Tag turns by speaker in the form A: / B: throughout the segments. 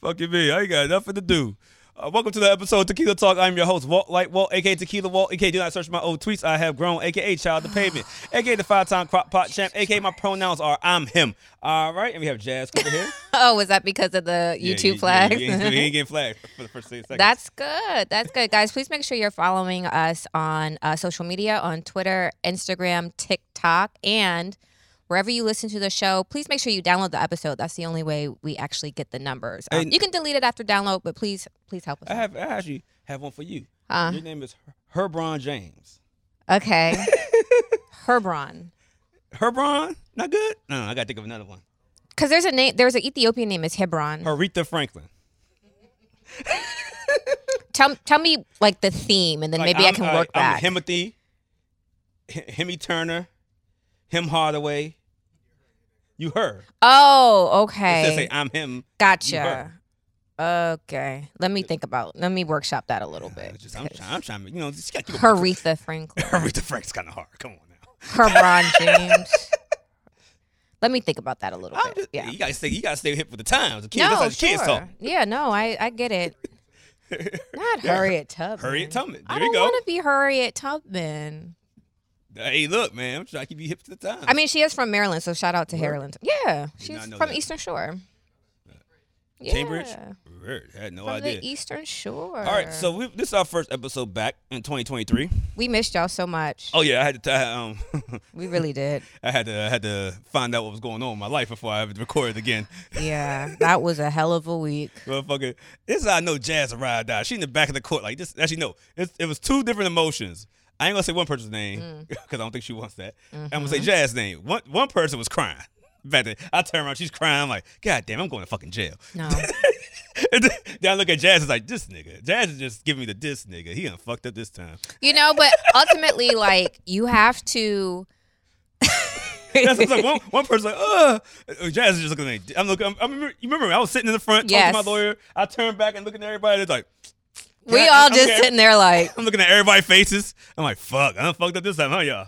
A: Fucking me. I ain't got nothing to do. Uh, welcome to the episode of Tequila Talk. I'm your host, Walt Light Walt, aka Tequila Walt, aka Do Not Search My Old Tweets. I have grown, aka Child the Pavement, aka the five time crop pot champ, aka my pronouns are I'm him. All right, and we have Jazz over here.
B: Oh, was that because of the
A: Yeah,
B: YouTube
A: he- yeah,
B: flags?
A: He, ain't, he ain't getting flagged for the first six seconds.
B: That's good. That's good, guys. Please make sure you're following us on uh, social media on Twitter, Instagram, TikTok, and wherever you listen to the show. Please make sure you download the episode. That's the only way we actually get the numbers. Um,
A: And- Uh,
B: you can delete it after download, but please, please help us.
A: I have I actually have one for you.
B: Uh,
A: Your name is Her- Herbron James.
B: okay, Herbron,
A: Herbron? Not good? No, I gotta think of another one.
B: because there's a name. There's an Ethiopian name is Hebron.
A: Aretha Franklin.
B: tell tell me like the theme, and then
A: Like,
B: maybe i
A: I'm-
B: can
A: I-
B: work back.
A: I'm Himothy, H- Hemi Turner, Him Hardaway. You her.
B: oh,
A: It
B: okay.
A: says, say, I'm him.
B: Gotcha. Okay. Let me think about. Let me workshop that a little
A: I
B: bit.
A: was just- I'm, trying, I'm trying. to- You know, just gotta keep it-
B: Aretha Franklin,
A: Aretha Franklin's kind of hard. Come on now.
B: Hebron James. Let me think about that a little
A: I'm
B: bit.
A: just-
B: Yeah.
A: You gotta stay. You gotta stay hip with the times. The kids.
B: no,
A: that's how the
B: sure.
A: kids talk.
B: Yeah, no, I, I get it. Not Harriet Tubman.
A: Harriet Tubman.
B: I
A: There you
B: don't
A: go.
B: want to be Harriet Tubman.
A: Hey, look, man. I'm trying to keep you hip to the times.
B: I mean, she is from Maryland, so shout out to Maryland. Yeah, she's
A: know
B: from
A: that.
B: Eastern Shore. Yeah,
A: Cambridge. Word, had no
B: from
A: idea.
B: the Eastern Shore.
A: All right, so we, this is our first episode back in 2023.
B: we missed y'all so much.
A: Oh yeah, I had to. I, um,
B: We really did.
A: I had to. I had to find out what was going on in my life before I recorded again.
B: Yeah, that was a hell of a week.
A: Motherfucker, this is how I know Jazz a ride or die. She in the back of the court like this. Actually, no, it's, it was two different emotions. I ain't gonna say one person's name because I don't think she wants that. I'm gonna say Jazz's name. One one person was crying. Back then, I turn around, she's crying. I'm like, God damn, I'm going to fucking jail.
B: No.
A: And then- then I look at Jazz. It's like this nigga. Jazz is just giving me the this nigga. He done fucked up this time.
B: You know, but ultimately, like, you have to.
A: That's what's like one, one person's like, ugh. Uh, Jazz is just looking at me. I'm looking. I'm, I'm, remember- you remember? I was sitting in the front
B: Yes.
A: talking to my lawyer. I turned back and looking at everybody. It's like
B: We
A: Yeah,
B: all
A: I'm
B: just
A: okay.
B: sitting there like,
A: I'm looking at everybody's faces. I'm like, fuck. I done fucked up this time, huh, y'all?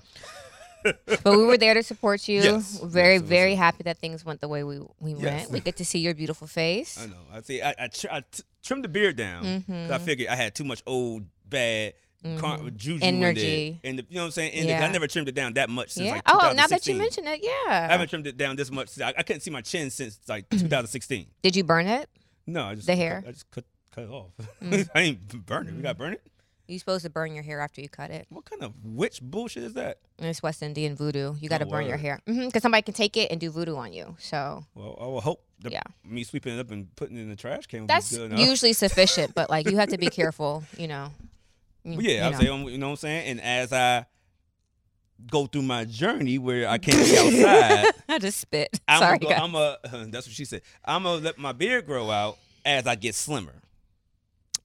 B: but we were there to support you.
A: Yes.
B: We're very,
A: Yes, it was
B: very happy that things went the way we, we went.
A: Yes.
B: We get to see your beautiful
A: I
B: face.
A: know. I see. I, I, tr- I t- trimmed the beard down.
B: Mm-hmm.
A: 'cause I figured I had too much old bad car- juju
B: Energy.
A: In there. And the, you know what I'm saying? And
B: Yeah.
A: I never trimmed it down that much since
B: yeah.
A: like
B: oh, now that you
A: 2016.
B: mention it,
A: I
B: yeah.
A: haven't trimmed it down this much. since- I, I couldn't see my chin since like 2016.
B: Did you burn it?
A: No, I just
B: Mm-hmm. The
A: cut-
B: hair? Mm.
A: I just cut cut it off. I ain't burn it. We got to burn it.
B: You supposed to burn your hair after you cut it.
A: What kind of witch bullshit is that?
B: It's West Indian voodoo. You got to
A: Oh,
B: burn your
A: word.
B: hair because somebody can take it and do voodoo on you. So
A: Well, I will hope that
B: Yeah.
A: me sweeping it up and putting it in the trash can would be
B: that's
A: good enough.
B: usually sufficient, but like you have to be careful. You know. You-
A: But yeah,
B: you
A: I'm
B: know.
A: saying, you know what I'm saying? And as I go through my journey where I can't be outside,
B: I just spit.
A: I'm
B: Sorry,
A: gonna,
B: guys.
A: I'm a, that's what she said. I'm gonna let my beard grow out as I get slimmer.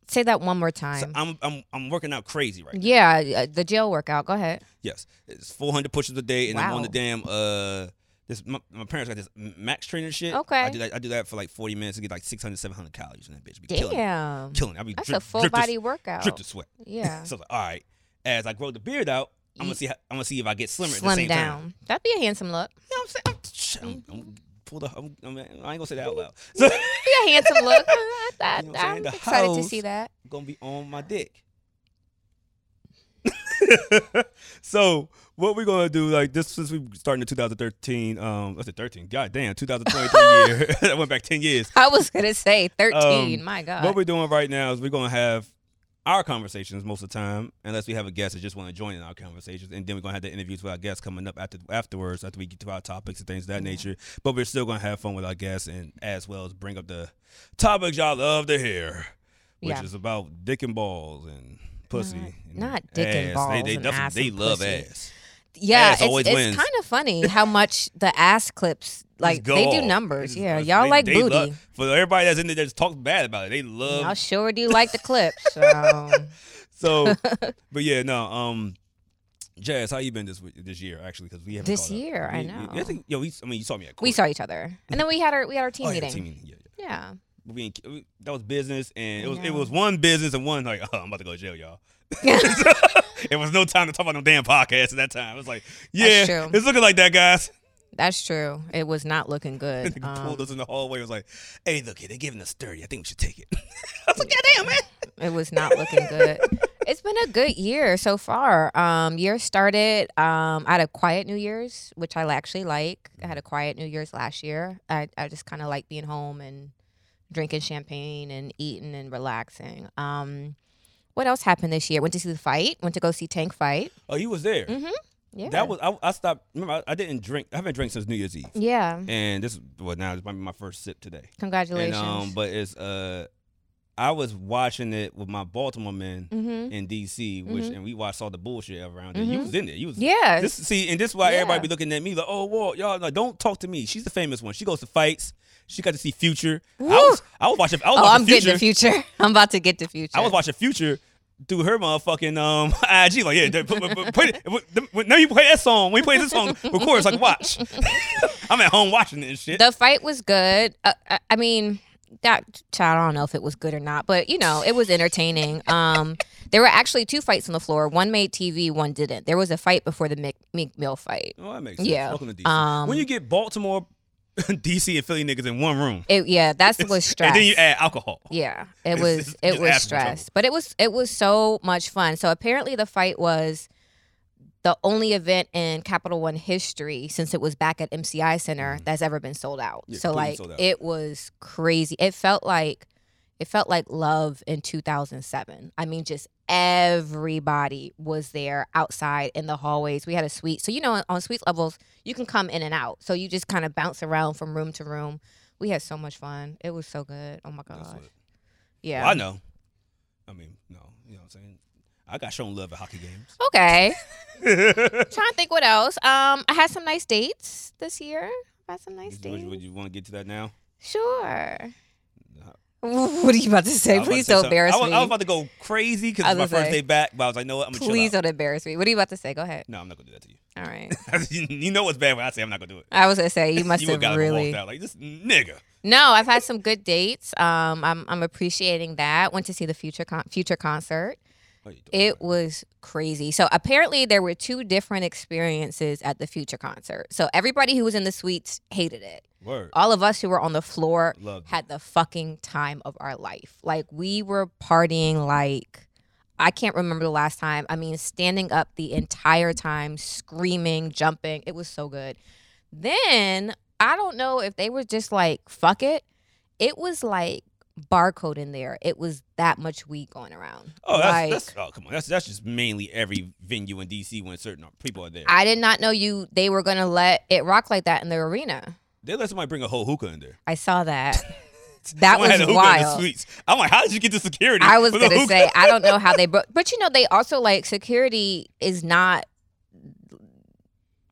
B: Say that one more
A: So
B: time.
A: I'm, I'm, I'm working out crazy right now.
B: yeah, uh, the jail workout. Go ahead.
A: Yes, it's 400 pushes a day, and I'm on the
B: Wow.
A: damn, uh, this, my, my parents got this max trainer shit. I
B: Okay.
A: do that, I do that for like 40 minutes to get like 600, 700 calories in that bitch. Be killing it.
B: Damn.
A: Killing it. I be
B: That's
A: drip-
B: a full
A: drip to-
B: body workout.
A: Drip to sweat. so I
B: Yeah.
A: was like, all right, as I grow the beard out, I'm
B: You-
A: gonna see. How, I'm gonna see if I get slimmer at the
B: Slim
A: same time.
B: down. That'd be a handsome look.
A: You know what I'm saying? I'm, shit, I'm, I'm pull the. I'm, I'm, I ain't gonna say that out loud. So
B: Be a handsome look. I, I,
A: You know what I'm saying?
B: I'm
A: The
B: excited to
A: hoes.
B: see that.
A: gonna be on my dick. so what we're gonna do like this since we started in 2013 um what's it 13 god damn 2023 year i went back 10 years
B: I was gonna say 13.
A: Um,
B: My God.
A: what we're doing right now is we're gonna have our conversations most of the time unless we have a guest that just want to join in our conversations and then we're gonna have the interviews with our guests coming up after afterwards after we get to our topics and things
B: Mm-hmm.
A: of that nature but we're still gonna have fun with our guests and as well as bring up the topics y'all love to hear which
B: Yeah.
A: is about dick and balls and pussy
B: Not-
A: and
B: not dick and
A: ass.
B: balls
A: they, they,
B: and
A: definitely-
B: ass
A: they
B: and
A: love
B: pussy.
A: ass
B: yeah,
A: ass
B: it's,
A: always wins.
B: it's kind of funny how much the ass clips like
A: Just go
B: they do
A: off.
B: numbers.
A: Just-
B: Yeah,
A: just-
B: y'all
A: they- uh,
B: like
A: they
B: booty.
A: love- for everybody that's in there that's talking bad about it they love
B: y'all sure do like the clips. So.
A: So, but yeah, no. Um, Jazz, how you been this w- this year? Actually, because we haven't
B: This
A: caught up.
B: year, I
A: We-
B: know.
A: We, I think, yo, we, I mean, you saw me at
B: we
A: court.
B: saw each other, and then we had our we had our team
A: Oh, yeah,
B: meeting.
A: team meeting. Yeah, yeah.
B: Yeah.
A: But We ain't- we- that was business, and it
B: I
A: was it
B: know.
A: was one business and one like, oh, I'm about to go to jail, y'all. it was no time to talk about no damn podcast at that time. It was like, yeah,
B: true.
A: it's looking like that, guys.
B: That's true. It was not looking good.
A: Nigga pulled
B: Um,
A: us in the hallway. Was like, "Hey, look here, they're giving us thirty. I think we should take it." I was like, "God damn, man!"
B: it was not looking good. It's been a good year so far. Um, year started. Um, I had a quiet New Year's, which I actually like. I had a quiet New Year's last year. I, I just kind of like being home and drinking champagne and eating and relaxing. Um, what else happened this year? Went to see the fight. Went to go see Tank fight.
A: Oh, you was there.
B: Mm-hmm. Yeah.
A: That was I, I stopped. Remember, I, I didn't drink. I haven't drank since New Year's Eve,
B: Yeah.
A: and this well now this might be my first sip today. And,
B: Congratulations.
A: um, but it's uh, I was watching it with my Baltimore men
B: mm-hmm.
A: in D.C., which and we watched all the bullshit around it. You
B: Mhm.
A: was in there. You was
B: Yeah.
A: This see, and this is why everybody
B: Yeah.
A: be looking at me like, oh, well, y'all like, don't talk to me. She's the famous one. She goes to fights. She got to see Future. I
B: Woo!
A: was, I was watching. I was
B: oh,
A: watching
B: I'm
A: Future.
B: getting the future. I'm about to get the future.
A: I was watching Future through her motherfucking um IG. Like, yeah, put, put, put, put, it- when- now you play that song. When you play this song, record. It's like watch. I'm at home watching it and shit.
B: The fight was good. Uh, I, I mean, that child. I don't know if it was good or not, but you know, it was entertaining. Um, there were actually two fights on the floor. One made TV, one didn't. There was a fight before the Meek, Meek Mill fight.
A: well, that makes sense.
B: Yeah,
A: Welcome to DC.
B: um,
A: when you get Baltimore, DC, and Philly niggas in one room,
B: It, yeah, that was stress.
A: and then you add alcohol.
B: Yeah, it
A: It's
B: was
A: just-
B: it
A: just
B: was
A: asking for trouble.
B: stress, but it was it was so much fun. So apparently, the fight was the only event in Capital One history since it was back at MCI Center that's ever been sold out.
A: Mm-hmm. Yeah,
B: so
A: completely
B: like
A: sold out.
B: it was crazy. It felt like it felt like love in 2007. I mean, just everybody was there outside in the hallways. We had a suite, so you know, on suite levels, you can come in and out. So you just kind of bounce around from room to room. We had so much fun. It was so good. Oh my
A: That's
B: gosh.
A: what-
B: Yeah.
A: Well, I know. I mean, no, you know what I'm saying. I got shown love at hockey games.
B: Okay. Trying to think what else. Um, I had some nice dates this year. I had some nice
A: Would you- would,
B: dates.
A: you, want to get to that now?
B: sure.
A: No.
B: What are you about to
A: I
B: say?
A: was about to
B: Please
A: say
B: don't
A: something.
B: embarrass
A: I was,
B: me.
A: I was about to go crazy because
B: I
A: it's my
B: was gonna
A: first
B: say-
A: day back, but I was like, no, what? I'm gonna
B: Please
A: chill out.
B: don't embarrass me. What are you about to say? Go ahead.
A: No, I'm not gonna do that to you.
B: All right.
A: you know what's bad when I say I'm not gonna do it.
B: I was gonna say you must
A: you
B: have
A: would gotta
B: really.
A: walk out like this nigga.
B: No, I've had some good dates. Um, I'm I'm appreciating that. Went to see the future con- future concert.
A: What you doing?
B: It was crazy. So apparently there were two different experiences at the future concert. So everybody who was in the suites hated it.
A: Word.
B: All of us who were on the floor
A: Love.
B: had the fucking time of our life. Like we were partying like I can't remember the last time. I mean, standing up the entire time, screaming, jumping. It was so good. Then I don't know if they were just like fuck it. It was like barcode in there. It was that much weed going around.
A: Oh, that's,
B: like,
A: that's oh come on. That's that's just mainly every venue in DC when certain people are there.
B: I did not know you. They were gonna let it rock like that in the arena.
A: they let somebody bring a whole hookah in there.
B: I saw that. That
A: Someone
B: was
A: had a hookah In the
B: wild.
A: suites. I'm like, how did you get the security?
B: I was
A: with a
B: gonna
A: hookah?
B: say I don't know how they, bro- but you know they also like security is not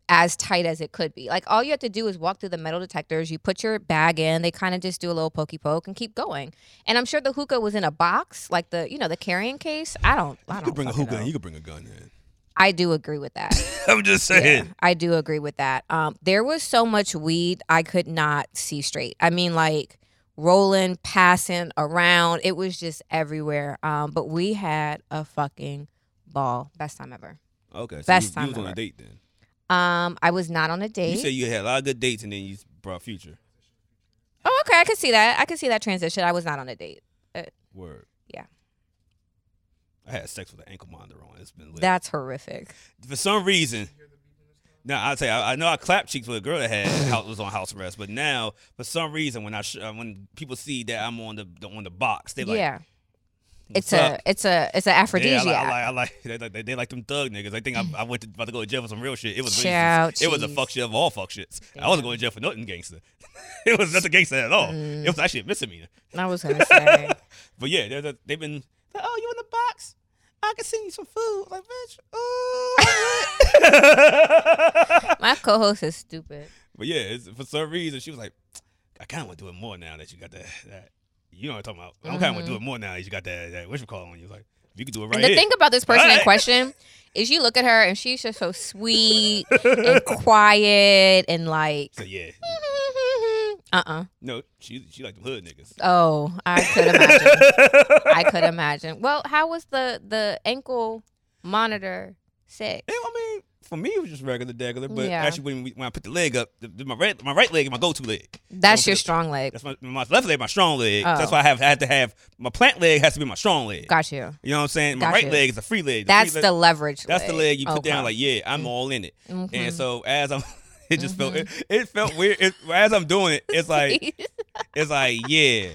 B: as tight as it could be. Like all you have to do is walk through the metal detectors. You put your bag in. They kind of just do a little pokey poke and keep going. And I'm sure the hookah was in a box, like the you know the carrying case. I don't. I
A: You
B: don't
A: could bring a
B: fucking
A: hookah.
B: know.
A: in. You could bring a gun in.
B: I do agree with that.
A: I'm just
B: Yeah,
A: saying.
B: I do agree with that. Um, there was so much weed I could not see straight. I mean, like rolling, passing around. It was just everywhere. Um, but we had a fucking ball. Best time ever.
A: Okay, so
B: Best
A: you, you
B: time
A: was on a
B: ever.
A: date then.
B: Um, I was not on a
A: You
B: date.
A: said you had a lot of good dates and then you brought Future.
B: oh, okay. I could see that. I could see that transition. I was not on a date.
A: Word.
B: Yeah.
A: I had sex with an ankle monitor on. It's been lit.
B: That's horrific.
A: for some reason. Now I'll tell you, I, I know I clapped cheeks with a girl that had house, was on house arrest, but now for some reason when I sh- uh, when people see that I'm on the, the on the box, they like
B: yeah.
A: "What's
B: It's
A: up?"
B: a it's a it's an
A: Yeah,
B: aphrodisiac.
A: I like, I like, I like they, like- they, they like them thug niggas. I think I, I went to, about to go to jail for some real shit. It was racist.
B: Child,
A: it was a
B: jeez.
A: fuck shit of all fuck shits. I wasn't going to jail for nothing gangster. it was nothing gangster at all.
B: Mm.
A: It was actually a misdemeanor.
B: I was gonna say.
A: But yeah, they're, they're- they've been like, oh, you in the box? I can send you some food. Like, bitch, ooh.
B: My co-host is stupid.
A: but yeah, it's, for some reason, she was like, I kind of want to do it more now that you got that. that you know what I'm talking about. I kind of want to do it more now that you got that, that what you call on you. Like, you can do it right
B: Mm-hmm. And the
A: here.
B: thing about this person in
A: Right.
B: question is you look at her and she's just so sweet and quiet and like
A: so yeah,
B: uh-uh.
A: no, she she like the hood niggas.
B: Oh, I could imagine. I could imagine. Well, how was the the ankle monitor sex?
A: Yeah, I mean, for me it was just regular degular, but
B: Yeah.
A: actually when, we, when I put the leg up, the, the- my right my right leg is my go to leg.
B: That's
A: Don't
B: your
A: forget-
B: strong leg.
A: That's my, my left leg, my strong leg.
B: Oh.
A: That's why I have I had to have my plant leg has to be my strong leg.
B: Got you.
A: You know what I'm saying? My
B: Got
A: right
B: you.
A: leg is a free leg. free
B: That's
A: leg-
B: the leverage.
A: that's the leg you put
B: Okay. Mm.
A: down like yeah i'm all in it
B: Mhm.
A: and so as i'm it just felt
B: Mm-hmm.
A: it, it felt weird it, as i'm doing it it's like it's like yeah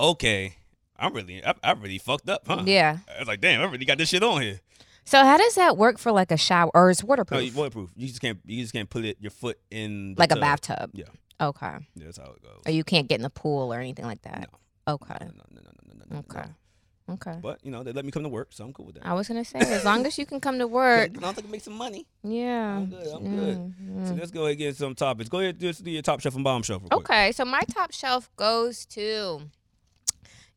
A: okay i'm really i, I really fucked up huh
B: yeah.
A: I was like, damn, I really got this shit on here.
B: So how does that work for like a shower or is
A: No,
B: waterproof?
A: Oh, you waterproof. You just can't. You just can't put it your foot in the
B: like a
A: tub.
B: bathtub.
A: Yeah.
B: Okay.
A: Yeah, that's how it goes.
B: Or you can't get in the pool or anything like that. Okay.
A: No, no, no, no, no, no, no, no.
B: Okay. Okay.
A: But you know, they let me come to work, so I'm cool with that.
B: I was gonna say as long as you can come to
A: I
B: work.
A: don't think I make some money.
B: Yeah.
A: I'm good, I'm good.
B: Mm,
A: So
B: mm.
A: let's go ahead and get some topics. Go ahead, just do your top shelf and bottom shelf. Real quick.
B: Okay, so my top shelf goes to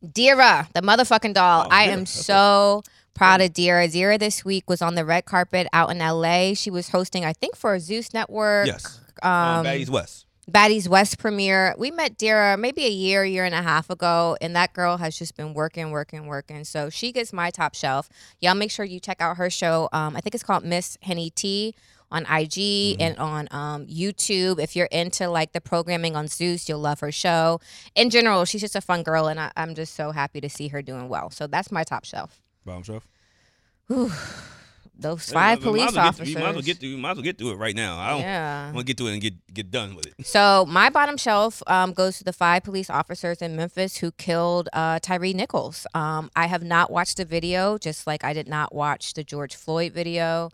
B: Dira, the motherfucking doll.
A: Oh,
B: I
A: Dira,
B: am
A: that's
B: so proud of Dira. Dira this week was on the red carpet out in LA. She was hosting, I think, for Zeus Network.
A: Yes.
B: Um,
A: Um, Baddies West.
B: Baddies West premiere. We met Dira maybe a year, year and a half ago, and that girl has just been working, working, working. So she gets my top shelf. Y'all make sure you check out her show. Um, I think it's called Miss Henny T on IG
A: Mm-hmm.
B: and on um, YouTube. If you're into like the programming on Zeus, you'll love her show. In general, she's just a fun girl, and I- I'm just so happy to see her doing well. So that's my top shelf.
A: Bottom shelf.
B: Those
A: Yeah,
B: five
A: but might
B: police
A: as well get through-
B: officers.
A: You might as well get through. Might as well get through it right now. I don't
B: yeah.
A: want to get through it and get get done with it.
B: So my bottom shelf um, goes to the five police officers in Memphis who killed uh, Tyree Nichols. Um, I have not watched the video, just like I did not watch the George Floyd video.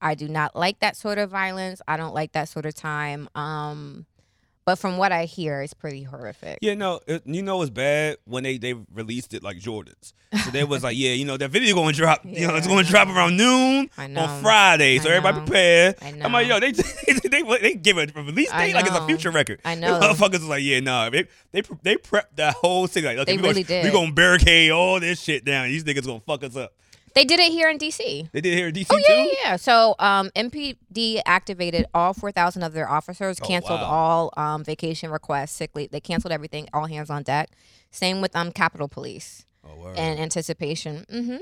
B: I do not like that sort of violence. I don't like that sort of time. Um, but from what I hear, it's pretty horrific.
A: Yeah, no. It, you know it's bad when they they released it like Jordans. So they was like, yeah, you know that video going to drop. You know it's
B: Yeah, I
A: going to drop around noon
B: I know.
A: on Friday. So
B: I
A: everybody
B: know.
A: prepare.
B: I
A: I'm like,
B: know.
A: yo, they they they, they give a release
B: I
A: date like it's
B: know.
A: a future record.
B: I
A: The
B: know.
A: motherfuckers is like, yeah, nah. They they pre- they prepped that whole city like, okay,
B: They
A: we
B: really
A: gonna,
B: did.
A: We gonna barricade all this shit down. These niggas gonna fuck us up.
B: They did it here in D.C.
A: They did it here in DC too.
B: Oh, Yeah, yeah, yeah. So um, MPD activated all 4,000 of their officers,
A: Oh,
B: canceled
A: wow.
B: all um, vacation requests, sick leave. They canceled everything, all hands on deck. Same with um, Capitol Police
A: Oh, word.
B: and anticipation. hmm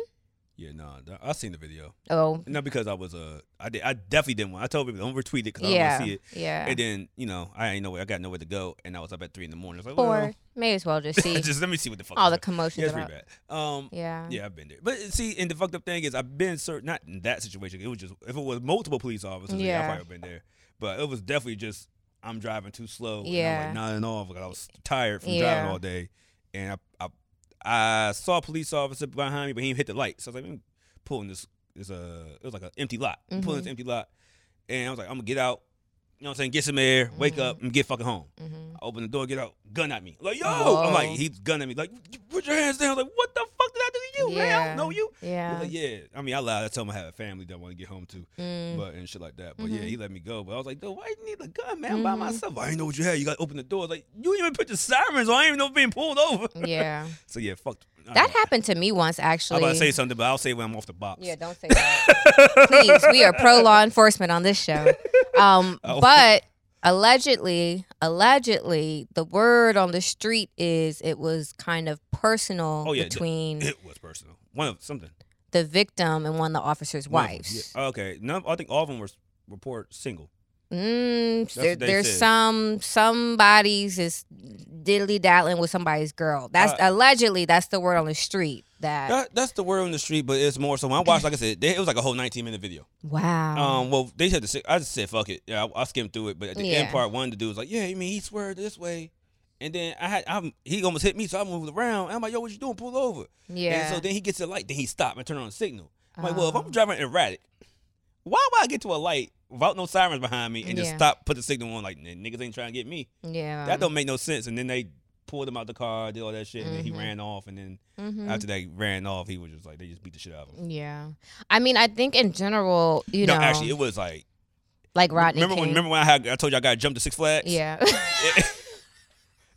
A: yeah, nah. nah, I seen the video.
B: Oh,
A: Not because I was uh, I did, I definitely didn't want. I told people don't retweet it because I don't
B: yeah.
A: want to see it.
B: Yeah.
A: And then you know I ain't nowhere. I got nowhere to go, and I was up at three in the morning. I was like,
B: or
A: well,
B: may as well just see
A: just let me see what the fuck.
B: all
A: is
B: the
A: up. yeah,
B: commotion.
A: it's pretty bad. Um, yeah.
B: Yeah.
A: I've been there. But uh, see, and the fucked up thing is, I've been certain not in that situation. It was just if it was multiple police officers, yeah,
B: Yeah.
A: I probably been there. But it was definitely just I'm driving too slow.
B: Yeah.
A: and I'm like nodding off because I was tired from
B: Yeah.
A: driving all day, and I, I I saw a police officer behind me, but he didn't hit the light. So I was like, I'm pulling this. It's a it was like an empty lot. I'm
B: Mm-hmm.
A: pulling this empty lot, and I was like, I'm gonna get out. You know what I'm saying? Get some air, wake
B: Mm-hmm.
A: up, and get fucking home.
B: Mhm.
A: I open the door, get out, gun at me. Like, yo!
B: Oh.
A: I'm like, he's gunning me. Like, put your hands down. I was like, what the fuck did I do to you, man? I
B: Yeah.
A: don't know you. He was
B: Yeah.
A: Like, yeah. I mean, I lied. I told him I had a family that I want to get home to,
B: Mm.
A: but and shit like that. But yeah,
B: Mhm.
A: he let me go. But I was like, dude, why you need a gun, man? I'm By
B: Mhm.
A: myself. I didn't know what you had. You got to open the door. I was like, you didn't even put the sirens on. I didn't even know being pulled over.
B: Yeah.
A: So yeah, fuck. I
B: That
A: know.
B: happened to me once,
A: I
B: actually.
A: was about to say something, but I'll say when I'm off the box.
B: Yeah, don't say that. Please, we are pro law enforcement on this show. Um,
A: Oh.
B: But allegedly, allegedly, the word on the street is it was kind of personal
A: Oh, yeah, the-
B: between
A: It was personal. One of something.
B: the victim and one of the officers'
A: One of them.
B: wives.
A: Yeah. Okay. None, I think all of them were s- report single.
B: Mm,
A: what
B: there,
A: they
B: there's
A: said.
B: some somebody's is diddly daddling with somebody's girl. That's
A: Uh,
B: allegedly that's the word on the street. That,
A: That, that's the word on the street, but it's more so. When I watched, like I said, they, it was like a whole 19 minute video.
B: wow.
A: Um, well, they said the si- I just said fuck it. Yeah, I, I skimmed through it, but at the end
B: Yeah.
A: part one, the dude was like, "Yeah, I mean, he swear this way," and then I had I'm, he almost hit me, so I moved around. And I'm like, "Yo, what you doing? Pull over."
B: yeah. Oh. um,
A: And so then he gets to the light, then he stopped and turned on the signal. I'm like, "Well, if I'm driving erratic, why would I get to a light without no sirens behind me and just
B: Yeah. Uh-huh.
A: stop, put the signal on? Like "Nah, niggas ain't trying to get me.
B: yeah.
A: That don't make no sense." And then they pulled him out the car, did all that shit, and then he
B: Mhm.
A: ran off. And then
B: Mhm.
A: after they ran off, he was just like, they just beat the shit out of him.
B: Yeah, I mean, I think in general, you
A: no,
B: know,
A: actually, it was like
B: like Rodney
A: remember
B: King.
A: when remember when I, had, I told you I got jumped to Six Flags?
B: yeah,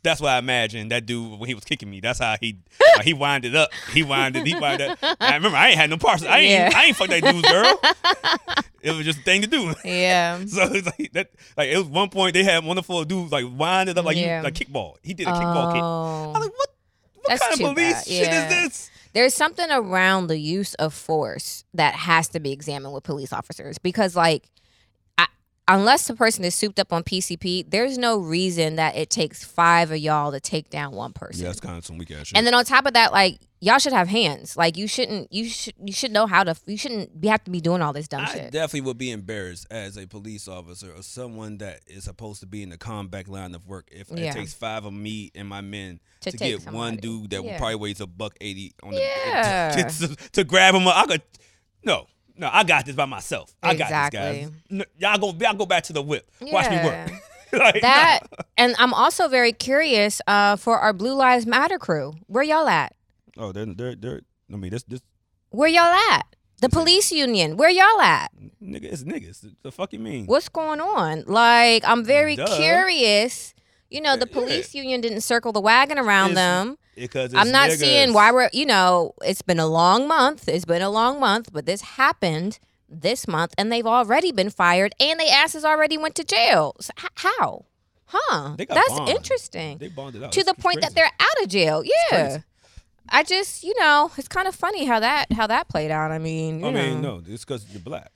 A: That's why I imagine that dude when he was kicking me. That's how he like, he winded up. He winded. He winded. Up. And I remember I ain't had no parts. I ain't.
B: Yeah.
A: I ain't fuck that dude's girl. it was just a thing to do.
B: yeah,
A: So it's like that. Like it was one point they had wonderful dudes like winded up like
B: Yeah.
A: you like kickball. He did a kickball kick.
B: Oh.
A: I'm like what? What
B: That's
A: kind
B: too
A: of police
B: bad.
A: shit
B: Yeah.
A: is this?
B: there's something around the use of force that has to be examined with police officers because like I, unless the person is souped up on PCP, there's no reason that it takes five of y'all to take down one person.
A: Yeah, that's kind of some weak ass shit.
B: And then on top of that, like y'all should have hands. Like you shouldn't. You should. You should know how to. You shouldn't. be have to be doing all this dumb
A: I
B: shit.
A: definitely would be embarrassed as a police officer or someone that is supposed to be in the combat line of work if
B: Yeah.
A: it takes five of me and my men
B: To
A: to,
B: take
A: get one
B: somebody.
A: dude that
B: Yeah.
A: probably weighs a buck eighty on
B: Yeah.
A: the to, to grab him up. I could no. No, I got this by myself. I got this, guys.
B: Exactly.
A: No, y'all go, y'all go back to the whip. Watch me
B: Yeah.
A: work. like,
B: that and I'm also very curious uh, for our Blue Lives Matter crew. Where y'all at?
A: no. Oh, they're, they're, they're. I mean, this, this
B: Where y'all at? The police union. Where y'all at?
A: nigga is niggas. The fuck you mean?
B: What's going on? Like I'm very
A: Duh.
B: curious. You know, the
A: Yeah.
B: police union didn't circle the wagon around
A: It's-
B: them.
A: Because it's
B: I'm not
A: niggas.
B: seeing why we're, you know, it's been a long month. It's been a long month, but this happened this month and they've already been fired and they asses already went to jail. So, h- how? Huh?
A: They got
B: That's
A: bond.
B: interesting.
A: they bonded out
B: to
A: It's-
B: the
A: it's
B: point that
A: crazy.
B: they're out of jail. Yeah.
A: crazy.
B: I just, you know, it's kind of funny how that how that played out. I mean, you
A: I mean,
B: know.
A: no, it's because you're black.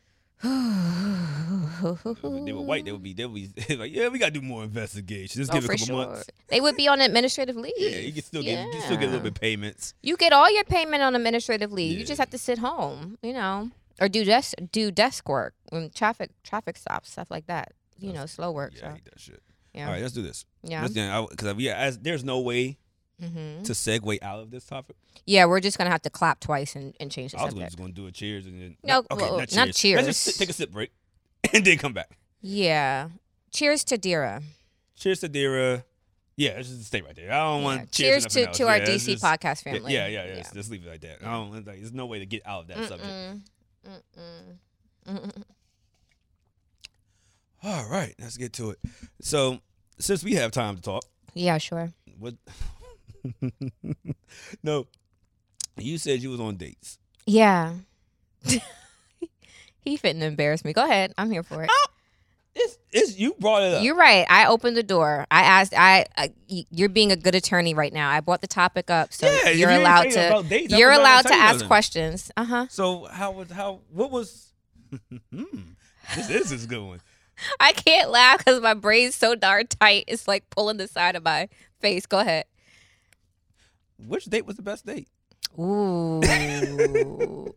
A: If they were white, they would be they would be like, yeah, we gotta do more investigation. Just
B: Oh,
A: give it
B: for
A: a couple
B: sure.
A: months.
B: They would be on administrative leave.
A: Yeah, you can still get you can still get a little bit payments.
B: You get all your payment on administrative leave. You
A: Yeah.
B: just have to sit home, you know, or do desk do desk work, um, traffic traffic stops, stuff like that. You know, slow work.
A: Yeah, I
B: so,
A: hate that shit.
B: yeah,
A: All right, let's do this.
B: yeah.
A: Let's do because yeah, as, there's no way
B: hmm
A: to segue out of this topic.
B: yeah, we're just gonna have to clap twice and, and change the
A: I was gonna-
B: subject.
A: just gonna do a cheers and then
B: No,
A: okay,
B: well,
A: not cheers.
B: not
A: Let's just
B: cheers.
A: sit- take a sip break and then come back.
B: Yeah. Cheers to Dira.
A: Cheers to Dira. Yeah, let's just stay right there. I don't
B: Yeah.
A: want cheers.
B: Cheers
A: or
B: to,
A: nothing
B: to
A: else.
B: our
A: Yeah, let's
B: DC
A: just-
B: podcast
A: yeah,
B: family.
A: Yeah, yeah, yeah. Just, just leave it like that. I don't, like, there's no way to get out of that subject.
B: Mm-mm. Mm-mm. Mm-mm.
A: All right, let's get to it. So, since we have time to talk,
B: Yeah, sure.
A: what? no, you said you was on dates.
B: Yeah. he fitting embarrass me. Go ahead. I'm here for it.
A: Oh. It's, it's you brought it up.
B: You're right. I opened the door. I asked. I, I y- you're being a good attorney right now. I brought the topic up, so
A: Yeah, if you
B: you're
A: ain't
B: allowed
A: saying
B: to.
A: about dates, I
B: You're
A: was not gonna
B: allowed to
A: tell you
B: ask
A: nothing.
B: questions. Uh huh.
A: So how was how what was? Hmm, this is this good one.
B: I can't laugh because my brain's so darn tight. It's like pulling the side of my face. Go ahead.
A: Which date was the best date?
B: Ooh.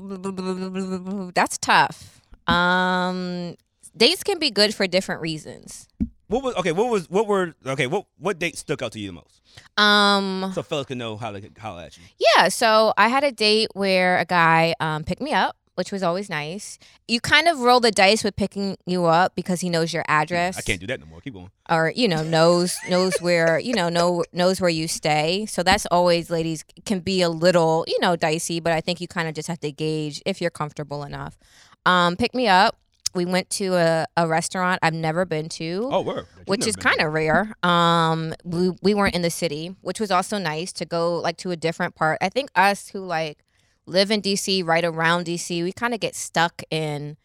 B: um. That's tough. Um. Dates can be good for different reasons.
A: What was okay? What was what were okay? What what date stuck out to you the most?
B: Um.
A: So fellas can know how to holler at you.
B: Yeah, so I had a date where a guy um, picked me up, which was always nice. You kind of roll the dice with picking you up because he knows your address,
A: Mm, I can't do that no more. Keep going.
B: or you know knows knows where you know know knows where you stay. So that's always, ladies, can be a little you know dicey, but I think you kind of just have to gauge if you're comfortable enough. Um, pick me up. We went to a, a restaurant I've never been to
A: Oh, word. You've
B: which
A: never
B: is
A: been
B: kind
A: there.
B: of rare. Um, we we weren't in the city, which was also nice to go like to a different part. I think us who like live in DC, right around DC, we kind of get stuck in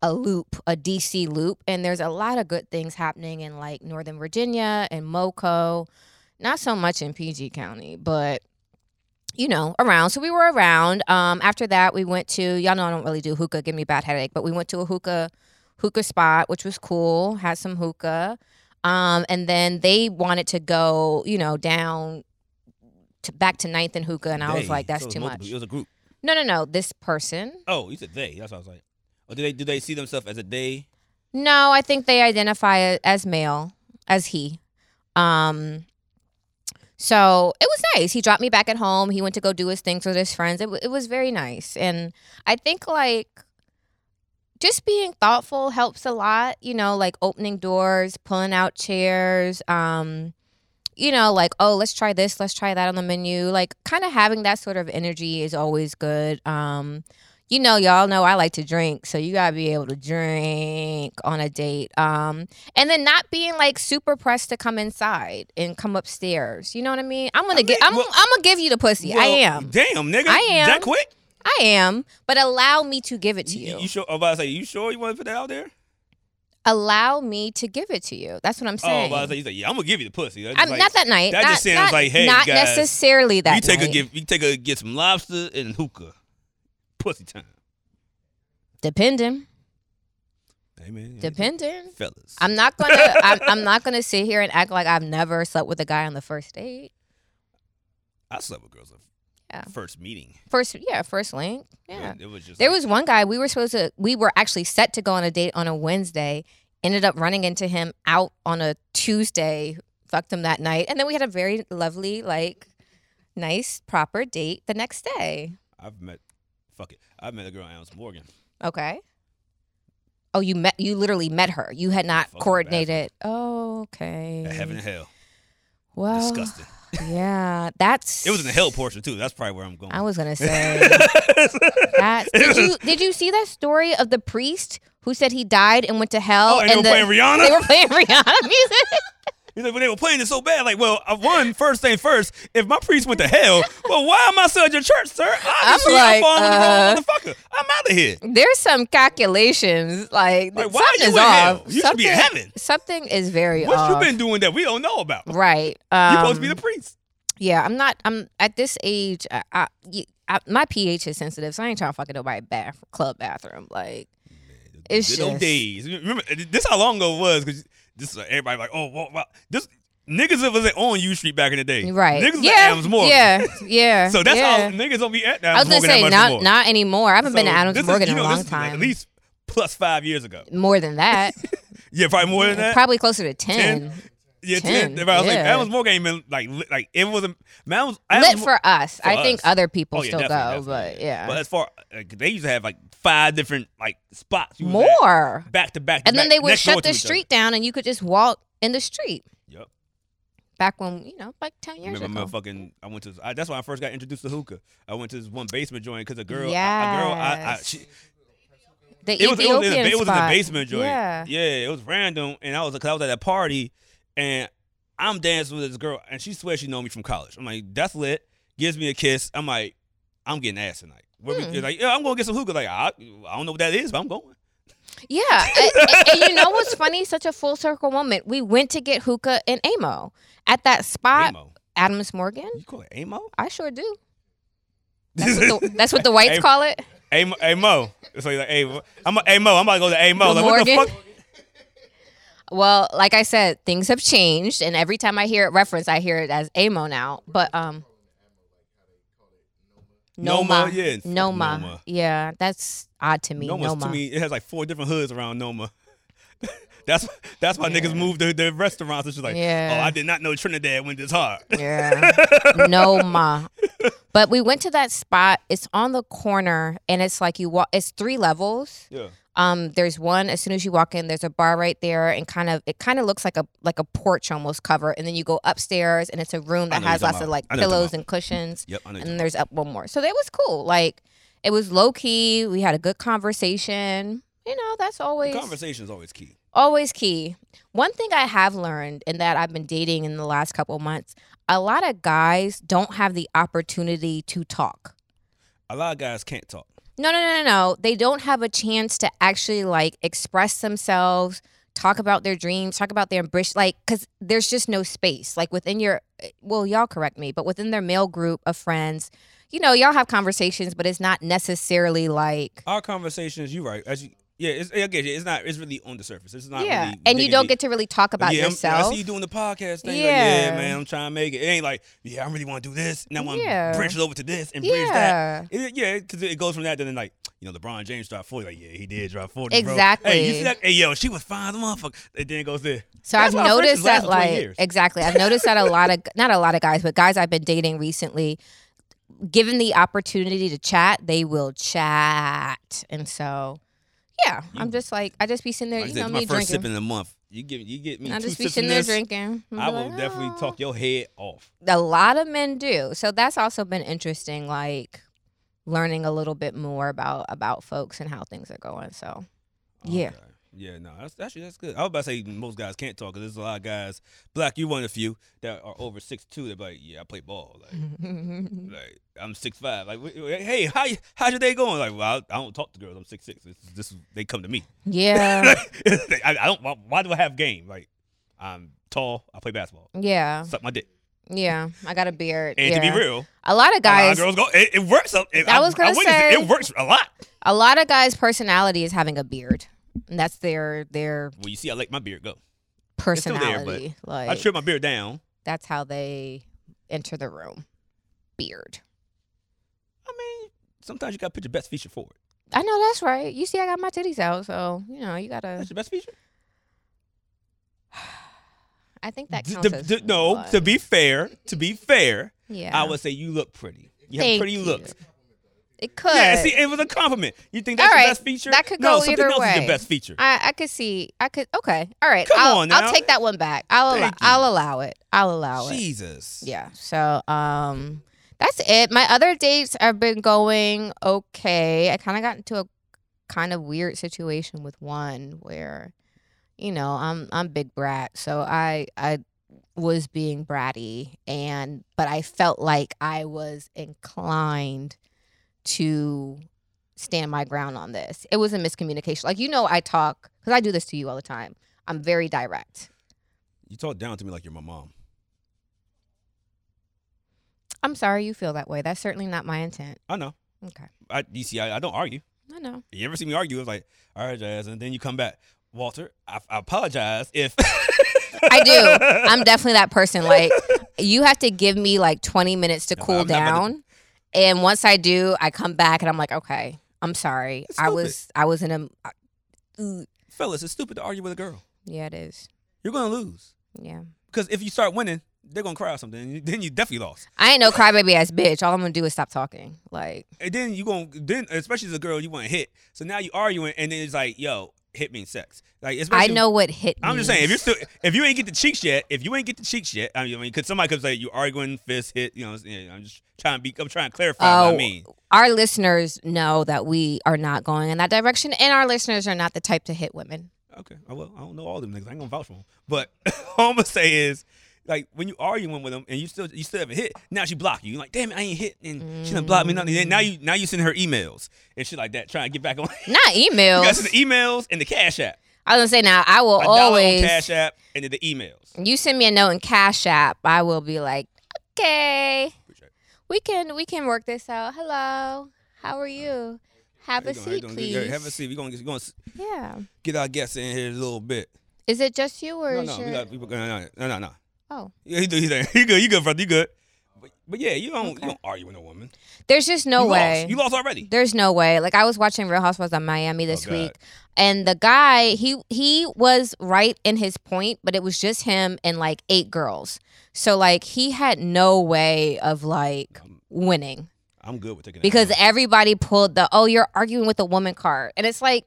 B: a loop, a DC loop, and there's a lot of good things happening in like Northern Virginia and MoCo, not so much in PG County, but you know, around. So we were around. Um, after that, we went to y'all know I don't really do hookah, give me a bad headache, but we went to a hookah hookah spot, which was cool. Had some hookah, um, and then they wanted to go, you know, down to back to Ninth and hookah, and I was
A: They.
B: like, that's
A: So it was
B: too
A: multiple-
B: much.
A: It was a group.
B: No, no, no. This person.
A: Oh, you said they. That's what I was like. Oh, do they do they see themselves as a they?
B: No, I think they identify a- as male, as he. Um, so it was nice. He dropped me back at home. He went to go do his things with his friends. It, w- it was very nice. And I think, like, just being thoughtful helps a lot, you know, like opening doors, pulling out chairs, um, you know, like, oh, let's try this, let's try that on the menu. Like, kind of having that sort of energy is always good. Um, you know, y'all know I like to drink, so you gotta be able to drink on a date. Um, and then not being like super pressed to come inside and come upstairs. You know what I mean? I'm gonna
A: I mean,
B: get. I'm,
A: well-
B: I'm gonna give you the pussy. I
A: Well,
B: am.
A: Damn, nigga.
B: I am.
A: That quick?
B: I am. But allow me to give it to
A: You,
B: you.
A: you sure? I was about to say, you sure you want to put that out there?
B: allow me to give it to you. That's what I'm
A: Oh,
B: saying.
A: but I was like, he's like, yeah, I'm gonna give you the pussy. That's
B: I'm,
A: like-
B: not that night.
A: that
B: not,
A: just sounds
B: not-
A: like, hey,
B: not
A: guys,
B: necessarily that.
A: you take
B: night.
A: a give, you take a get some lobster and hookah, pussy time.
B: Depending,
A: Mm-hmm. Hey man,
B: depending.
A: fellas.
B: I'm not gonna. I'm, I'm not gonna sit here and act like I've never slept with a guy on the first date.
A: I slept with girls at
B: Yeah.
A: first meeting.
B: First, yeah, first link. Yeah.
A: It, it was just
B: There
A: like-
B: was one guy we were supposed to. We were actually set to go on a date on a Wednesday. Ended up running into him out on a Tuesday. Fucked him that night, and then we had a very lovely, like, nice, proper date the next day.
A: I've met fuck it. I've met a girl Alice Morgan.
B: Okay. Oh, you met. You literally met her. You had not
A: Fucking
B: coordinated. Oh, okay.
A: At heaven and hell.
B: Well,
A: Disgusting.
B: Yeah, that's.
A: It was in the hell portion too. That's probably where I'm going.
B: I was gonna say. That did you did you see that story of the priest who said he died and went to hell
A: Oh, and, they were
B: the,
A: playing Rihanna.
B: they were playing Rihanna music?
A: He's like, but they were playing it so bad. Like, well, uh, one first thing first. If my priest went to hell, well, why am I still at your church, sir? Obviously, I'm,
B: like,
A: falling with the
B: uh,
A: wrong motherfucker. I'm out of here.
B: There's some calculations like,
A: Like,
B: that
A: why are
B: something's
A: you in hell?
B: off.
A: You should be in
B: Something-
A: heaven.
B: Something is very
A: What
B: off.
A: you been doing that we don't know about?
B: right?
A: you
B: Uh, Um,
A: supposed to be the priest.
B: yeah. I'm not. I'm at this age. I, I, y- I- my pH is sensitive, so I ain't trying to fucking nobody bath club bathroom. Like it's
A: Good old
B: just-
A: days. Remember uh, this? How long ago it was? Because this is like, everybody like, oh, wow, wow. this niggas that was on U Street back in the day.
B: right?
A: Eh, Niggas was at
B: yeah.
A: Adams Morgan.
B: Yeah. Yeah.
A: So that's
B: yeah.
A: how niggas don't be at
B: I was
A: Adams
B: gonna
A: Morgan that much
B: say not
A: anymore.
B: not anymore. I haven't been to
A: So
B: Adams
A: this is-
B: Morgan
A: you
B: in
A: know,
B: a long
A: this is like
B: time.
A: at least plus five years ago.
B: more than that.
A: Yeah, probably more than that.
B: Probably closer to 10.
A: Yeah,
B: 10,
A: ten. If I was like,
B: yeah.
A: Adams Morgan ain't been like lit- like it wasn't. Man, was,
B: Lit for us. I think
A: us.
B: other people
A: Oh, yeah,
B: still go,
A: definitely, definitely,
B: but yeah.
A: But as far like, they used to have like five different like spots, you was at,
B: More.
A: back to back, to
B: And then
A: back,
B: they would
A: next door
B: shut
A: to
B: the
A: each other.
B: street down and you could just walk in the street
A: Yep.
B: back when, you know, like 10 years
A: Remember,
B: ago.
A: motherfucking. I went to. this- I, that's why I first got introduced to hookah. I went to this one basement joint because a girl, I, a girl, I, I,
B: Yes.
A: she,
B: The
A: it was, it was, in,
B: Ethiopian
A: a, it was in the
B: spot.
A: basement joint.
B: Yeah.
A: it was random, and I was because I was at that party, and I'm dancing with this girl, and she swears she know me from college. I'm like, that's lit. Gives me a kiss. I'm like, I'm getting ass tonight. Where we,
B: Hmm.
A: it's like, yeah, I'm gonna get some hookah. Like, I, I don't know what that is, but I'm going.
B: Yeah. and, and- and you know what's funny? Such a full circle moment. We went to get hookah in Amo at that spot,
A: Amo,
B: Adams Morgan.
A: you call it Amo?
B: I sure do. That's what the, that's what the whites
A: Am-
B: call it.
A: Amo, Amo. So you're like, hey, wh- I'm a, Amo. I'm about to go to Amo. Like, what the
B: Morgan.
A: fuck?
B: Well, like I said, things have changed, and every time I hear it referenced, I hear it as Amo now. But um,
A: Noma, yeah, fuck
B: Noma,
A: Noma.
B: yeah, that's odd to me.
A: Noma's
B: Noma,
A: to me, it has like four different hoods around Noma. that's that's why niggas moved their, their restaurants. It's just like,
B: Yeah.
A: oh, I did not know Trinidad went this hard.
B: yeah, Noma. But we went to that spot. It's on the corner, and it's like you walk. It's three levels.
A: Yeah.
B: Um, there's one as soon as you walk in. There's a bar right there, and kind of it kind of looks like a like a porch almost cover. And then you go upstairs, and it's a
A: I
B: room
A: know
B: that
A: you're
B: has
A: talking
B: lots
A: about.
B: of like
A: I know you're talking
B: pillows
A: about.
B: and cushions.
A: Yep, I know.
B: and then there's up one more. So that was cool. Like it was low key. We had a good conversation. You know, that's always
A: Conversation is always key.
B: always key. One thing I have learned and that I've been dating in the last couple of months, a lot of guys don't have the opportunity to talk.
A: A lot of guys can't talk.
B: No, no, no, no, no. They don't have a chance to actually like express themselves, talk about their dreams, talk about their ambition, like because there's just no space. Like within your, eh, well, y'all correct me, but within their male group of friends, you know, y'all have conversations, but it's not necessarily like.
A: Our conversations, you right. As you, yeah, it's, I get you. It's not. It's really on the surface. It's not.
B: yeah,
A: really
B: and you
A: digging
B: don't
A: deep.
B: get to really talk about
A: yeah, I'm-
B: yourself.
A: I see you doing the podcast thing. Yeah,
B: Yeah.
A: yeah man, I'm trying to make it. It ain't like, yeah, I really want to do this, and I want to
B: Yeah.
A: branch it over to this and bridge that.
B: yeah,
A: It, yeah, because it goes from that to then like, you know, LeBron James dropped 40. Like, yeah, he did drop 40. bro. Hey, you
B: Exactly.
A: see that? Hey, yo, she was fine, the motherfucker. And then it goes there.
B: so
A: That's
B: I've
A: why friendships
B: noticed
A: last
B: that
A: for 20
B: like
A: years.
B: exactly, I've noticed that a lot of not a lot of guys, but guys I've been dating recently, given the opportunity to chat, they will chat, and so yeah, I'm just like I just be sitting there,
A: Like I
B: you
A: said,
B: know,
A: it's my
B: me
A: first sip
B: drinking.
A: in a month. You give, you get me.
B: I
A: two
B: just be
A: sips in
B: sitting there
A: this,
B: drinking. I'm
A: I
B: be
A: will
B: like,
A: definitely
B: "Oh."
A: talk your head off.
B: A lot of men do, so that's also been interesting, like learning a little bit more about about folks and how things are going. So yeah,
A: Okay. Yeah, no, that's actually that's good. I was about to say most guys can't talk because there's a lot of guys, black, you one of the few that are over six two. They're like, yeah, I play ball. Like,
B: Mm-hmm.
A: like I'm six five. Like, wh- wh- hey, how y- how's your day going? Like, well, I, I don't talk to girls. I'm six six. This, this is- they come to me.
B: yeah.
A: I, I don't. Why, why do I have game? Like, I'm tall. I play basketball.
B: Yeah.
A: Suck my dick.
B: Yeah. I got a beard.
A: And to
B: yeah.
A: be real,
B: a lot of
A: guys,
B: guys
A: girls go. It, it works. Up. It,
B: I was gonna
A: witnessed it.
B: say-
A: it works a lot.
B: a lot of guys' personality is having a beard. And that's their their
A: Well, you see, I let my beard go. still there, but
B: personality. like
A: I trim my beard down.
B: that's how they enter the room. Beard.
A: I mean, sometimes you got to put your best feature forward.
B: I know that's right. You see, I got my titties out, so you know you gotta.
A: That's your best feature.
B: I think that
A: D-
B: counts.
A: d-
B: as
A: d- no,
B: one.
A: to be fair, to be fair,
B: yeah,
A: I would say you look pretty. You have
B: Thank
A: pretty
B: you.
A: looks.
B: It could.
A: Yeah, see, it was a compliment. You think
B: All
A: that's
B: right,
A: your best feature?
B: that could
A: no,
B: go
A: something
B: either
A: else is
B: way.
A: your best feature.
B: I, I could see. I could. Okay. All right.
A: Come
B: I'll,
A: on now.
B: I'll take that one back. I'll. Allow,
A: Thank you.
B: I'll allow it. I'll allow it.
A: Jesus.
B: Yeah. So um that's it. My other dates have been going okay. I kind of got into a kind of weird situation with one where you know, I'm I'm big brat. So I I was being bratty and but I felt like I was inclined to stand my ground on this. It was a miscommunication. Like you know I talk cuz I do this to you all the time. I'm very direct.
A: You talk down to me like you're my mom.
B: I'm sorry you feel that way. That's certainly not my intent.
A: I know.
B: Okay.
A: I, you see, I, I don't argue.
B: I know.
A: You ever see me argue? It's like, all right, Jazz. And then you come back, Walter, I, I apologize if.
B: I do. I'm definitely that person. Like, you have to give me like 20 minutes to
A: No,
B: cool
A: I'm not about
B: down, and once I do, I come back and I'm like, okay, I'm sorry.
A: It's
B: I
A: stupid.
B: was, I was in a, I- Ooh.
A: Fellas, it's stupid to argue with a girl.
B: yeah, it is.
A: You're going to lose.
B: Yeah,
A: Because if you start winning, they're going to cry or something. And you- then you definitely lost.
B: I ain't no crybaby ass bitch. All I'm gonna do is stop talking. Like,
A: And then you going to, then, especially as a girl, you want to hit. So now you arguing, and then it's like, yo, hit means sex. Like,
B: I
A: especially,
B: know what hit.
A: I'm just saying, if
B: means.
A: you're still, if you ain't get the cheeks yet, if you ain't get the cheeks yet, I mean, because somebody could say you arguing, fist hit, you know, yeah, I'm just trying to be, I'm trying to clarify what
B: Oh.
A: I mean.
B: our listeners know that we are not going in that direction, and our listeners are not the type to hit women.
A: Okay. I- Well, I don't know all them niggas. I ain't gonna vouch for them. But all I'm gonna say is, like, when you arguing with them and you still you still haven't hit, now she block you. You like, damn it, I ain't hit, and she done blocked me. Nothing. Then Now you now you sending her emails and shit like that, trying to get back on. you
B: Not
A: got the
B: emails.
A: emails and the cash app.
B: I was gonna say now I will
A: A dollar on
B: always
A: cash app and then the emails.
B: you send me a note in Cash App, I will be like, okay,
A: Appreciate it.
B: we can we can work this out. Hello, how are you? Have
A: How
B: a
A: you doing? How you
B: seat,
A: doing? Good.
B: please.
A: Yeah, Have a seat. We're gonna get, we gonna s-
B: Yeah.
A: get our guests in here in a little bit.
B: Is it just you or
A: No,
B: is
A: no,
B: your?
A: we got people. No, no, no, no, no.
B: oh,
A: Yeah, you do you thing. You good? You good, brother? You good? But, but yeah, you don't
B: Okay.
A: you don't argue with a woman.
B: there's just no
A: you
B: way.
A: Lost. You lost already.
B: There's no way. Like I was watching Real Housewives of Miami this
A: God.
B: week, and the guy he he was right in his point, but it was just him and like eight girls. So like he had no way of like
A: Um,
B: winning.
A: I'm good with taking that
B: because
A: down.
B: everybody pulled the oh you're arguing with a woman card and it's like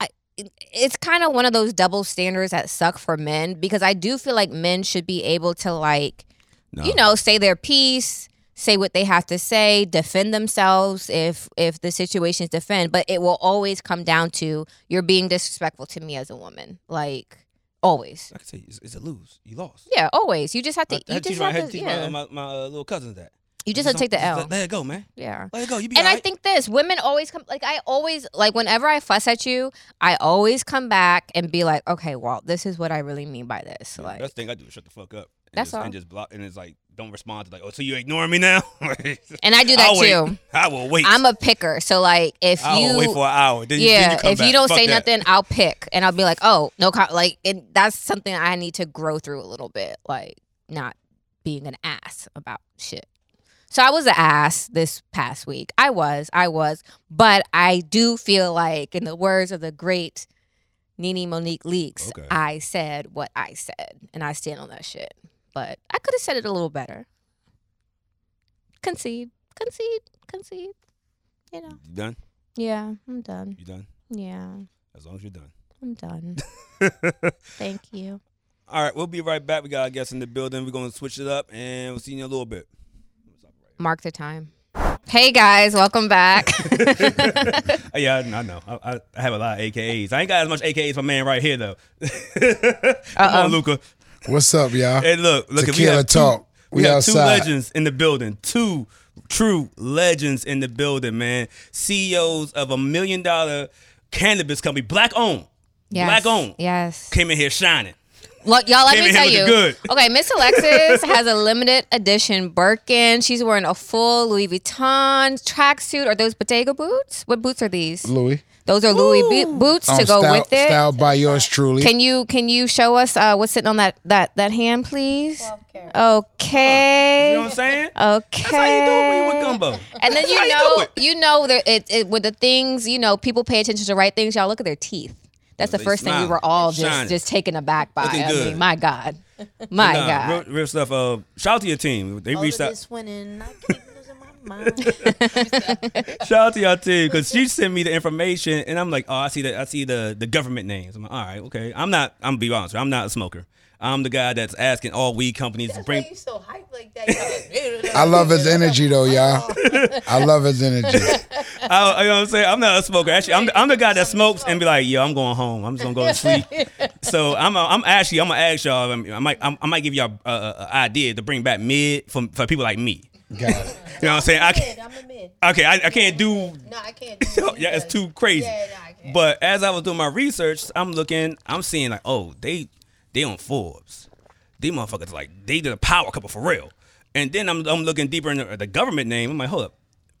B: I, it's kind of one of those double standards that suck for men because i do feel like men should be able to like
A: No.
B: you know say their piece say what they have to say defend themselves if if the situation's defend but it will always come down to you're being disrespectful to me as a woman like always
A: I can tell you, it's, it's a lose. You lost.
B: yeah always you just have to
A: I
B: you
A: had to
B: just
A: teach, my, I had
B: have
A: to
B: to
A: teach my-
B: yeah
A: my, my, uh, little cousins that.
B: you just
A: Just
B: have to take the
A: don't- just
B: l
A: Let, let it go, man.
B: yeah
A: Let it go. You be
B: and I
A: alright.
B: think this women always come like I always like whenever I fuss at you, I always come back and be like, okay, Walt, this is what I really mean by this.
A: Yeah,
B: Like,
A: best thing I do is shut the fuck up. And
B: That's
A: just,
B: all.
A: And just block. And it's like, don't respond to like, oh, so you ignoring me now? I
B: and I do that
A: I'll
B: too.
A: Wait. I will wait.
B: I'm a picker, so like if
A: I will
B: you
A: wait for an hour. Then, you- then
B: yeah,
A: you come
B: if you
A: back.
B: don't
A: Fuck
B: say
A: that.
B: nothing, I'll pick and I'll be like, oh no, co-, like it, that's something I need to grow through a little bit, like not being an ass about shit. So I was an ass this past week. I was, I was, but I do feel like, in the words of the great Nene Monique Leaks,
A: Okay.
B: I said what I said, and I stand on that shit. But I could have said it a little better. Concede, concede, concede. You know,
A: You done?
B: yeah, I'm done.
A: You done?
B: Yeah.
A: As long as you're done.
B: I'm done. Thank you.
A: All right, we'll be right back. We got our guests in the building. We're going to switch it up and we'll see you in a little bit.
B: Mark the time. Hey guys, welcome back.
A: Uh, yeah, I, I know. I, I- I have a lot of AKAs. I ain't got as much AKAs as my man right here though. Come on, Luca.
C: What's up, y'all?
A: Hey, look, look. If we
C: Tequila
A: have two-
C: talk.
A: we
C: We
A: have two
C: outside.
A: legends in the building. Two true legends in the building, man. CEOs of a million dollar cannabis company, black owned.
B: Yes.
A: Black owned.
B: Yes.
A: Came in here shining.
B: Look, y'all, let
A: Came
B: me
A: in
B: tell
A: here
B: you.
A: looking good.
B: Okay, Miss Alexis has a limited edition Birkin. She's wearing a full Louis Vuitton tracksuit. Are those Bottega boots? What boots are these?
C: Louis.
B: Those are Louis bu- boots to
C: Um,
B: go
C: style,
B: with it.
C: Styled by yours truly.
B: Can you can you show us uh, what's sitting on that that that hand, please? Okay.
A: You know what I'm saying?
B: Okay.
A: That's how you do it when you with gumbo.
B: And then you
A: That's how
B: know
A: do it.
B: you know that it, it with the things you know people pay attention to the right things. Y'all look at their teeth. That's the
A: They
B: first thing
A: smile.
B: we were all
A: They
B: just
A: shining.
B: just taken aback by.
A: Looking
B: I
A: good.
B: mean, my God, my
A: Nah,
B: God.
A: Real, real stuff. Uh, shout out to your team. They
D: All of
A: reached out.
D: this winning, I keep losing my mind.
A: Shout out to y'all too, because she sent me the information, and I'm like, oh, I see the I see the the government names. I'm like, all right, okay. I'm not. I'm gonna be honest. with you, I'm not a smoker. I'm the guy that's asking all weed companies to
D: That's
A: bring.
D: why you so hyped like that. Y'all like,
C: I love his energy though, y'all. I love his energy.
A: I, you know what I'm saying? I'm not a smoker. Actually, I'm the, I'm the guy that smokes and be like, yo, I'm going home. I'm just gonna go to sleep. so I'm i I'm actually I'm gonna ask y'all. I mean, I might I'm, I might give y'all an idea to bring back mid for for people like me.
C: Got it.
A: You know what I'm saying? I can't,
D: Mid, I'm a mid.
A: okay, I, I can't do
D: No, I can't. Do
A: So,
D: what he
A: yeah, it's
D: does.
A: too crazy.
D: Yeah, no, I can't.
A: But as I was doing my research, I'm looking, I'm seeing like, oh, they they on Forbes. These motherfuckers like they did a power couple for real. And then I'm I'm looking deeper in the, the government name. I'm like, hold up.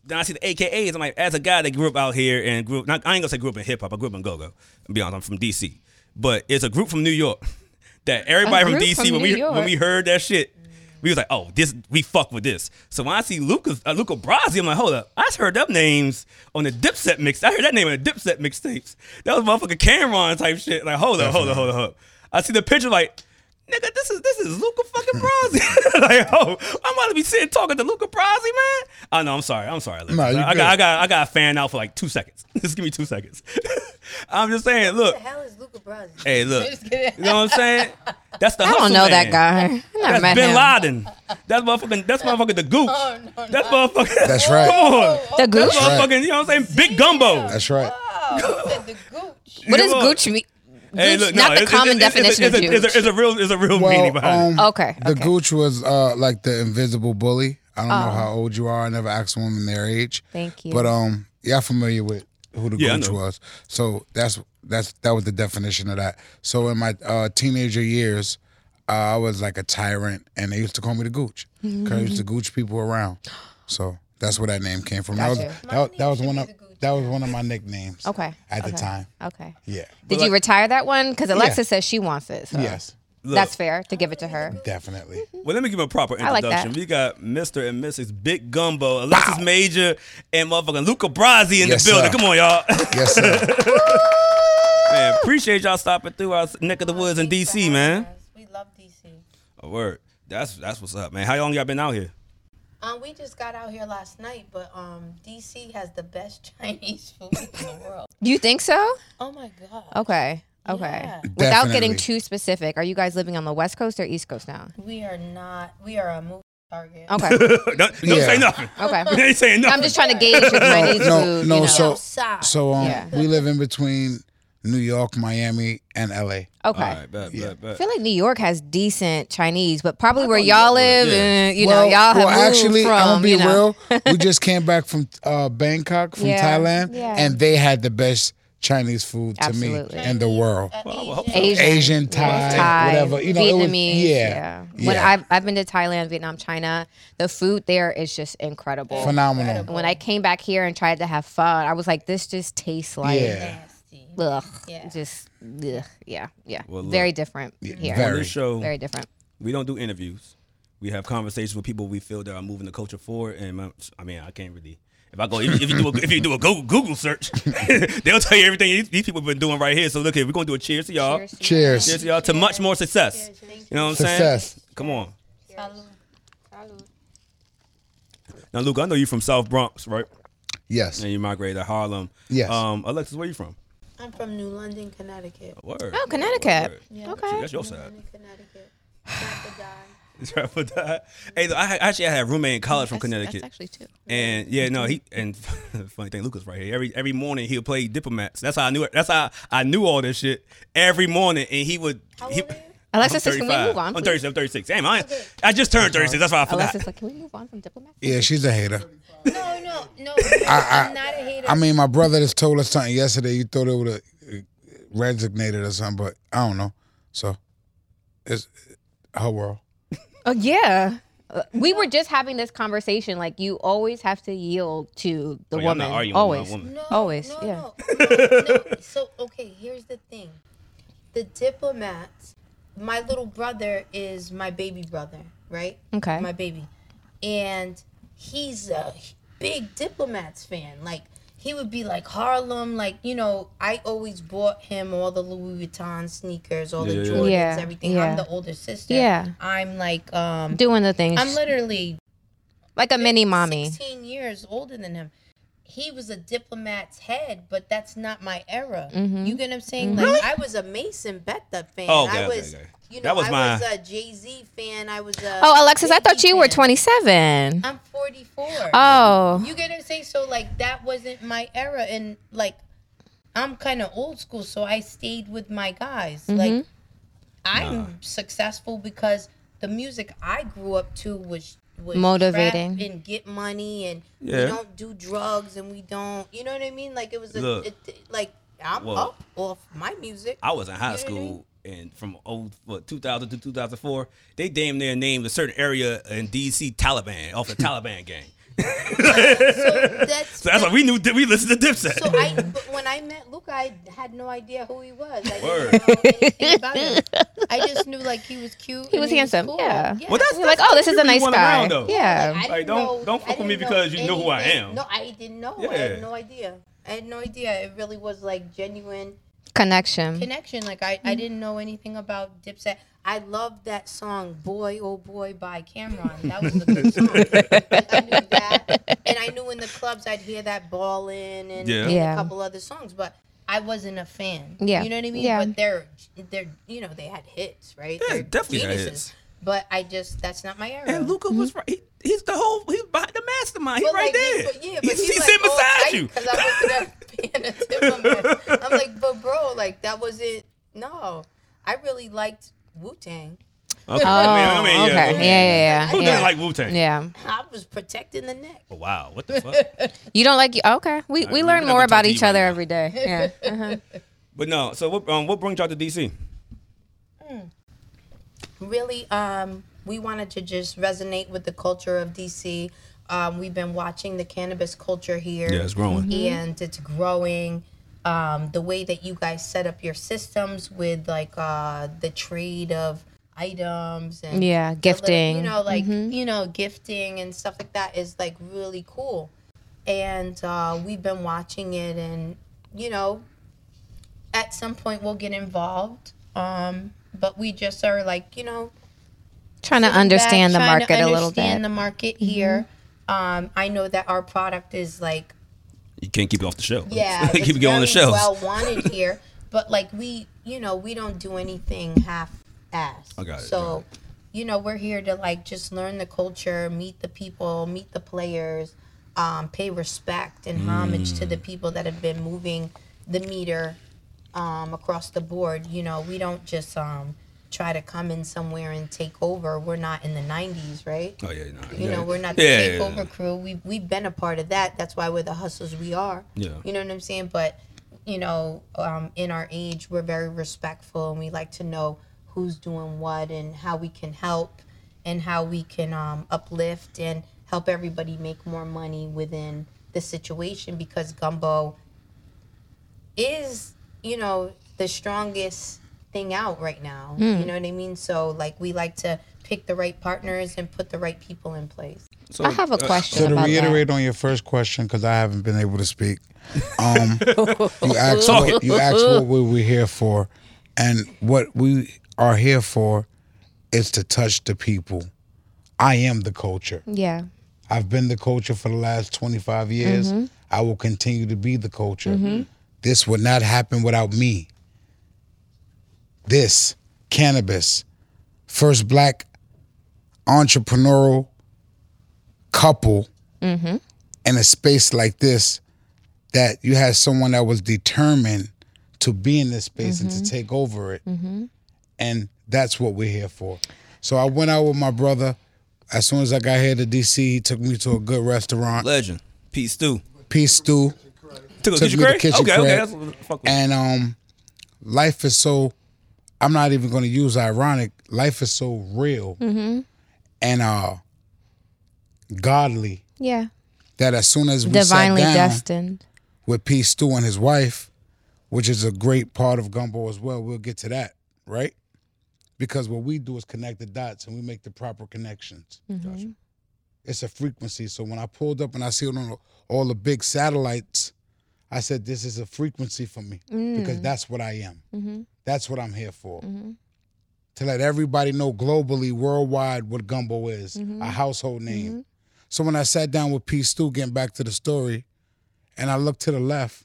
A: Then I see the AKAs. I'm like, as a guy that grew up out here and grew up, not, I ain't gonna say grew up in hip hop. I grew up in go go. Be honest, I'm from DC, but it's a group from New York that everybody from
B: group
A: DC
B: from
A: when
B: New
A: we when
B: York.
A: we heard that shit. We was like, oh, this we fuck with this. So when I see Lucas uh, Luca Brasi, I'm like, hold up, I just heard them names on the Dipset mix. I heard that name on the Dipset mixtapes. That was motherfucking Cameron type shit. Like, hold up, hold up, hold up, hold up. I see the picture, like, nigga, this is this is Luca fucking Brasi. like, oh, I'm about to be sitting talking to Luca Brasi, man. Oh no, I'm sorry, I'm sorry. Lucas.
C: Nah, you
A: I, I
C: good.
A: got I got I got a fan out for like two seconds. just give me two seconds. I'm just saying, look,
D: What the hell is Luca Brasi?
A: hey, look, you know what I'm saying? That's the
B: I don't know
A: man.
B: that guy. I never
A: That's
B: met
A: Bin
B: him.
A: Laden. That's motherfucking. That's motherfucking the gooch.
D: Oh, no,
A: that's motherfucking.
C: That's right.
A: Come on.
B: The gooch.
C: right.
A: Motherfucking. You know what I'm saying? Big gumbo.
C: That's right.
D: Oh, said the gooch.
B: What does
A: Come on.
B: gooch mean? Gooch,
A: Hey, look, no,
B: not the
A: it's-
B: common
A: it's- it's-
B: definition
A: it's, it's, It's
B: of
A: a,
B: gooch.
A: it's a real. It's a real meaning
C: Well,
A: behind
C: um,
A: it.
B: Okay,
C: The
B: okay. Oh.
C: Gooch was uh, like the invisible bully. I don't know how old you are. I never asked a woman their age.
B: Thank you.
C: But um, y'all familiar with who the
A: Yeah, I
C: Gooch
A: know.
C: was? So that's that's that was the definition of that. So in my uh, teenager years, uh, I was like a tyrant, and they used to call me the Gooch because I used to Gooch people around. So that's where that name came from. That was
B: Gotcha.
C: that, was- that was
D: My
C: one
D: name
C: of
D: should be the Gooch.
C: that was one of my nicknames.
B: Okay.
C: At the
B: okay,
C: time,
B: Okay.
C: yeah.
B: Did you retire that one? Because Alexa says she wants it. so
C: Yes,
A: Look,
B: That's fair to give it to her.
C: definitely.
A: Well, let me give a proper
B: like
A: introduction.
B: that.
A: We got Mr. and Mrs. Big Gumbo, Alexis Major, and motherfucking Luca Brasi in
C: Yes,
A: the building.
C: sir.
A: Come on, y'all.
C: Yes, sir.
A: man, appreciate y'all stopping through our neck of the woods in
D: Thanks for
A: DC,
D: having
A: man.
D: us. We love DC.
A: A word. That's that's what's up, man. How long y'all been out here?
D: Um, we just got out here last night, but um, DC has the best Chinese food in the world.
B: You think so?
D: Oh my god.
B: Okay. Okay.
D: Yeah.
B: Without getting
C: Definitely.
B: too specific, are you guys living on the West Coast or East Coast now?
D: We are not. We are a movie target.
B: Okay.
A: don't don't
C: Yeah.
A: say nothing.
B: Okay.
A: They ain't saying nothing.
B: I'm just trying to gauge your Chinese
C: no,
B: food.
C: no,
B: you know.
C: so-
D: Outside.
C: So um,
B: Yeah.
C: we live in between New York, Miami, and LA.
B: okay.
A: All right, bet, bet,
B: I
A: bet.
B: feel like New York has decent Chinese, but probably where
A: thought New
B: y'all
A: York was,
B: live,
A: yeah.
B: eh, you know, y'all have
C: well,
B: moved
C: actually,
B: from.
C: I'm gonna be
B: you know.
C: real. We just came back from uh, Bangkok from
B: Yeah,
C: Thailand,
B: yeah.
C: and they had the best Chinese food to
B: Absolutely.
C: me in the world.
D: An
A: Well, I
D: Asian.
A: hope so.
B: Asian,
C: Asian,
B: yeah,
C: Thai, whatever, you know, it was-
B: Vietnamese.
C: yeah,
B: yeah. When
C: yeah.
B: I've I've been to Thailand, Vietnam, China, the food there is just incredible.
C: Phenomenal.
B: when I came back here and tried to have fun, I was like, this just tastes like,
C: Yeah.
D: Nasty.
B: ugh,
D: Yeah.
B: just, ugh, yeah, yeah.
A: Well, look.
B: very different here.
A: On
C: very.
A: this show,
B: Very different.
A: we don't do interviews. We have conversations with people we feel that are moving the culture forward. And my, I mean, I can't really. If I go, if, if you do a, if you do a Google, Google search, they'll tell you everything these, these people have been doing right here. So look here, we're gonna do a cheers to y'all. Cheers,
C: Cheers.
A: to y'all to much more success. You know what I'm
C: Success.
A: saying? Come on.
D: Salud.
A: Now, Luke, I know you're from South Bronx, right?
C: Yes.
A: And you migrated to Harlem.
C: Yes.
A: Um, Alexis, where you from?
D: I'm from New London, Connecticut.
A: Word.
B: Oh, Connecticut.
A: Word.
B: Okay.
A: That's your side.
D: London, Connecticut. Not the die.
A: Travel die. Hey, though, I I actually had a roommate in college from Connecticut.
B: That's actually two.
A: And yeah, no, he and funny thing, Lucas right here. Every every morning he'll play diplomats. That's how I knew it. That's how I knew all this shit every morning. And he would.
D: How
A: he,
D: old are you?
B: Alexis, can we
A: 35.
B: move on?
A: I'm
B: please?
A: 36. I'm 36. Damn, I, I just turned 36. That's why I forgot.
B: Alexis, like, can we move on from diplomats?
C: Yeah, she's a hater.
D: No, no, no. no I, am not a hater.
C: I mean, my brother just told us something yesterday. You thought it would have resignated or something, but I don't know. So it's her world.
B: Oh yeah. Uh, We were just having this conversation. Like you always have to yield to the
A: Oh, y'all
B: woman.
A: not arguing with my
B: always.
A: woman.
D: No,
B: Always,
D: No,
B: yeah.
D: No, no, no. So okay, here's the thing: the diplomats. My little brother is my baby brother, right?
B: Okay.
D: My baby, and he's a big diplomats fan. Like he would be like Harlem. Like you know, I always bought him all the Louis Vuitton sneakers, all the
A: Yeah, yeah, yeah.
D: Jordans,
B: Yeah,
D: everything.
B: yeah.
D: I'm the older sister.
B: Yeah.
D: I'm like um.
B: Doing the things.
D: I'm literally
B: like a mini mommy.
D: 16 years older than him. He was a diplomat's head, but that's not my era.
B: Mm-hmm.
D: You get what I'm saying? Like I was a Mason Bethel fan.
A: Oh, okay, okay,
D: I was,
A: okay.
D: you know,
A: That was
D: I
A: my-
D: was a Jay Z fan. I was a.
B: Oh, Alexis, I
D: Jay-Z
B: thought you were
D: fan.
B: 27.
D: I'm 44.
B: Oh.
D: You get what I'm saying? So like that wasn't my era, and like I'm kind of old school, so I stayed with my guys. Like I'm successful because the music I grew up to was. Was
B: Motivating.
D: trap and get money and
A: Yeah.
D: we don't do drugs and we don't you know what I mean like it was a,
A: Look.
D: it, like I'm
A: Whoa.
D: up off my music
A: I was in high
D: You know what I
A: school and from old what 2000 to 2004, they damn near named a certain area in DC Taliban off the Taliban gang.
D: so that's
A: So that's why we knew we listened to Dipset.
D: So I, but when I met Luca, I had no idea who he was. I didn't
A: Word.
D: know anything about him. I just knew like he was cute.
B: He
D: and
B: was handsome.
D: cool.
B: Yeah.
A: Well, that's-
B: You're like, oh, this is a
A: people you
B: nice
A: want
B: guy.
A: around, though.
B: yeah.
D: Like, I
A: Like,
D: didn't
A: don't-
D: know-
A: don't
D: I
A: fuck with me
D: didn't
A: because you know who I
D: anything.
A: am.
D: No, I didn't know. I
A: Yeah.
D: had no idea. I had no idea. It really was like genuine
B: Connection.
D: connection. Like I, I didn't know anything about Dipset. I loved that song "Boy Oh Boy" by Cameron. That was a good song. I knew that, and I knew in the clubs I'd hear that ballin' and,
A: Yeah.
D: and
B: Yeah.
D: a couple other songs, but I wasn't a fan.
B: Yeah.
D: you know what I mean.
B: Yeah.
D: But they're they're you know they had hits, right?
A: Yeah,
D: They're
A: definitely had hits.
D: But I just that's not my era.
A: and Luca
B: Mm-hmm.
A: was right. He, he's the whole. He's behind the mastermind. He's
D: But,
A: right
D: like,
A: there.
D: He, but yeah, but
A: he's
D: he's,
A: he's
D: like,
A: sitting
D: all
A: beside
D: tight
A: you.
D: 'cause I looked at that being a diplomat. I'm like, but bro, like that wasn't. No, I really liked Wu Tang.
A: Okay.
B: Oh, okay. Yeah, yeah, yeah.
A: Who
B: yeah.
A: doesn't like Wu Tang?
B: yeah.
D: I was protecting the neck.
A: Oh, wow. What the fuck?
B: You don't like you. Okay. We, we
A: we
B: learn
A: gotta
B: more
A: talk
B: about
A: to you
B: each
A: right
B: other
A: now.
B: every day. Yeah. Uh-huh.
A: but no. So what? Um, what brings y'all to DC?
D: Really, um, we wanted to just resonate with the culture of DC. Um, we've been watching the cannabis culture here.
A: growing.
D: and it's growing. Um, the way that you guys set up your systems with like uh, the trade of items and
B: Yeah,
D: the little-
B: gifting. Mm-hmm.
D: you know, like you know, gifting and stuff like that is like really cool. And uh, we've been watching it, and you know, at some point we'll get involved. Um, but we just are like you know
B: Trying to
D: sitting back,
B: understand the
D: trying to
B: market a little
D: understand
B: bit. Mm-hmm.
D: the market here. Um, I know that our product is like
A: You can't keep it off the shelf.
D: yeah,
A: keep
D: it's
A: it going on the
D: very
A: shelves.
D: Well wanted here, but like we, you know, we don't do anything half assed.
A: I got it,
D: So, you know, we're here to like just learn the culture, meet the people, meet the players, um, pay respect and homage to the
A: Mm.
D: people that have been moving the meter um, across the board. You know, we don't just um, try to come in somewhere and take over. We're not in the '90s, right?
A: oh yeah. Nah,
D: You
A: yeah.
D: know, we're not the
A: Yeah, yeah,
D: takeover
A: yeah.
D: crew. We we've been a part of that. That's why we're the hustlers we are.
A: Yeah.
D: You know what I'm saying? But you know, um, in our age, we're very respectful and we like to know who's doing what and how we can help and how we can um, uplift and help everybody make more money within the situation because gumbo is you know the strongest thing out right now you know what i mean so like we like to pick the right partners and put the right people in place
A: So,
B: I have a
A: uh,
B: question
C: So to
B: about
C: reiterate on your first question, because I haven't been able to speak, um, you asked what, you asked what we were here for, and what we are here for is to touch the people. I am the culture.
B: that. Yeah.
C: I've been the culture for the last 25 years. I will continue to be the culture. This would not happen without me. This cannabis, first black entrepreneurial couple in a space like this that you had someone that was determined to be in this space and to take over it. And that's what we're here for. So I went out with my brother. As soon as I got here to DC, he took me to a good restaurant.
A: Legend. Pete Stu.
C: Peace Stew.
A: Took, a
C: Took
A: kitchen
C: me to
A: crate?
C: Kitchen
A: okay, okay.
C: Crate.
A: That's what the fuck with.
C: And um, life is so. I'm not even going to use ironic. Life is so real and uh, godly
B: Yeah.
C: that as soon as we
B: Divinely
C: sat down
B: destined.
C: with P. Stu and his wife, which is a great part of Gumbo as well, we'll get to that, right? Because what we do is connect the dots and we make the proper connections. It's a frequency. So when I pulled up and I see it on all the big satellites, I said, This is a frequency for me because that's what I am.
B: Mm-hmm.
C: That's what I'm here for. To let everybody know globally, worldwide, what Gumbo is a household name. So when I sat down with P. Stu, getting back to the story, and I looked to the left,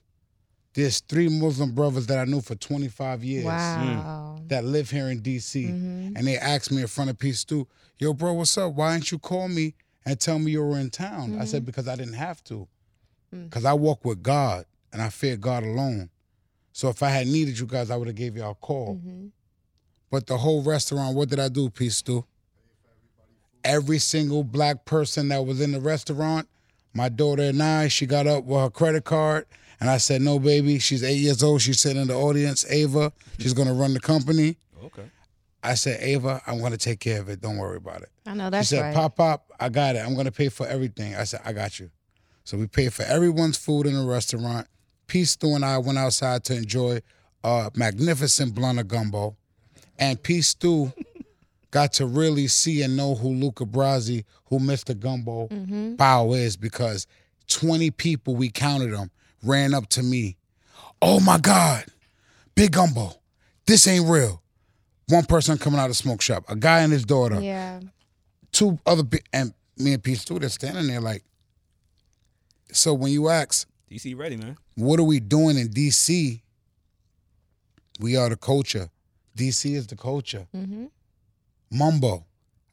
C: there's three Muslim brothers that I knew for 25 years
B: Wow. Mm-hmm.
C: that live here in D.C. And they asked me in front of P. Stu, yo, bro, what's up? Why didn't you call me and tell me you were in town? I said, because I didn't have to. Because I walk with God and I fear God alone. So if I had needed you guys, I would have gave y'all a
B: Mm-hmm.
C: call. But the whole restaurant, what did I do, P. Stu? Every single black person that was in the restaurant, my daughter and I, she got up with her credit card. And I said, no, baby, she's eight years old. She's sitting in the audience, Ava. She's going to run the company.
A: Okay.
C: I said, Ava, I'm gonna take care of it. Don't worry about it.
B: I know
C: She
B: that's
C: said,
B: right.
C: Pop, pop, I got it. I'm gonna pay for everything. I said, I got you. So we paid for everyone's food in the restaurant. Peace Stu and I went outside to enjoy a magnificent blunt of gumbo. And Peace Stu got to really see and know who Luca Brasi, who Mr. Gumbo
B: Mm-hmm.
C: Bow is because 20 people, we counted them, ran up to me. Oh my God, Big Gumbo, this ain't real. One person coming out of the smoke shop, a guy and his daughter
B: Yeah.
C: two other pe- and me and Pete Stewart are standing there like. So when you ask,
A: DC ready, man.
C: what are we doing in DC? We are the culture. DC is the culture. Mumbo.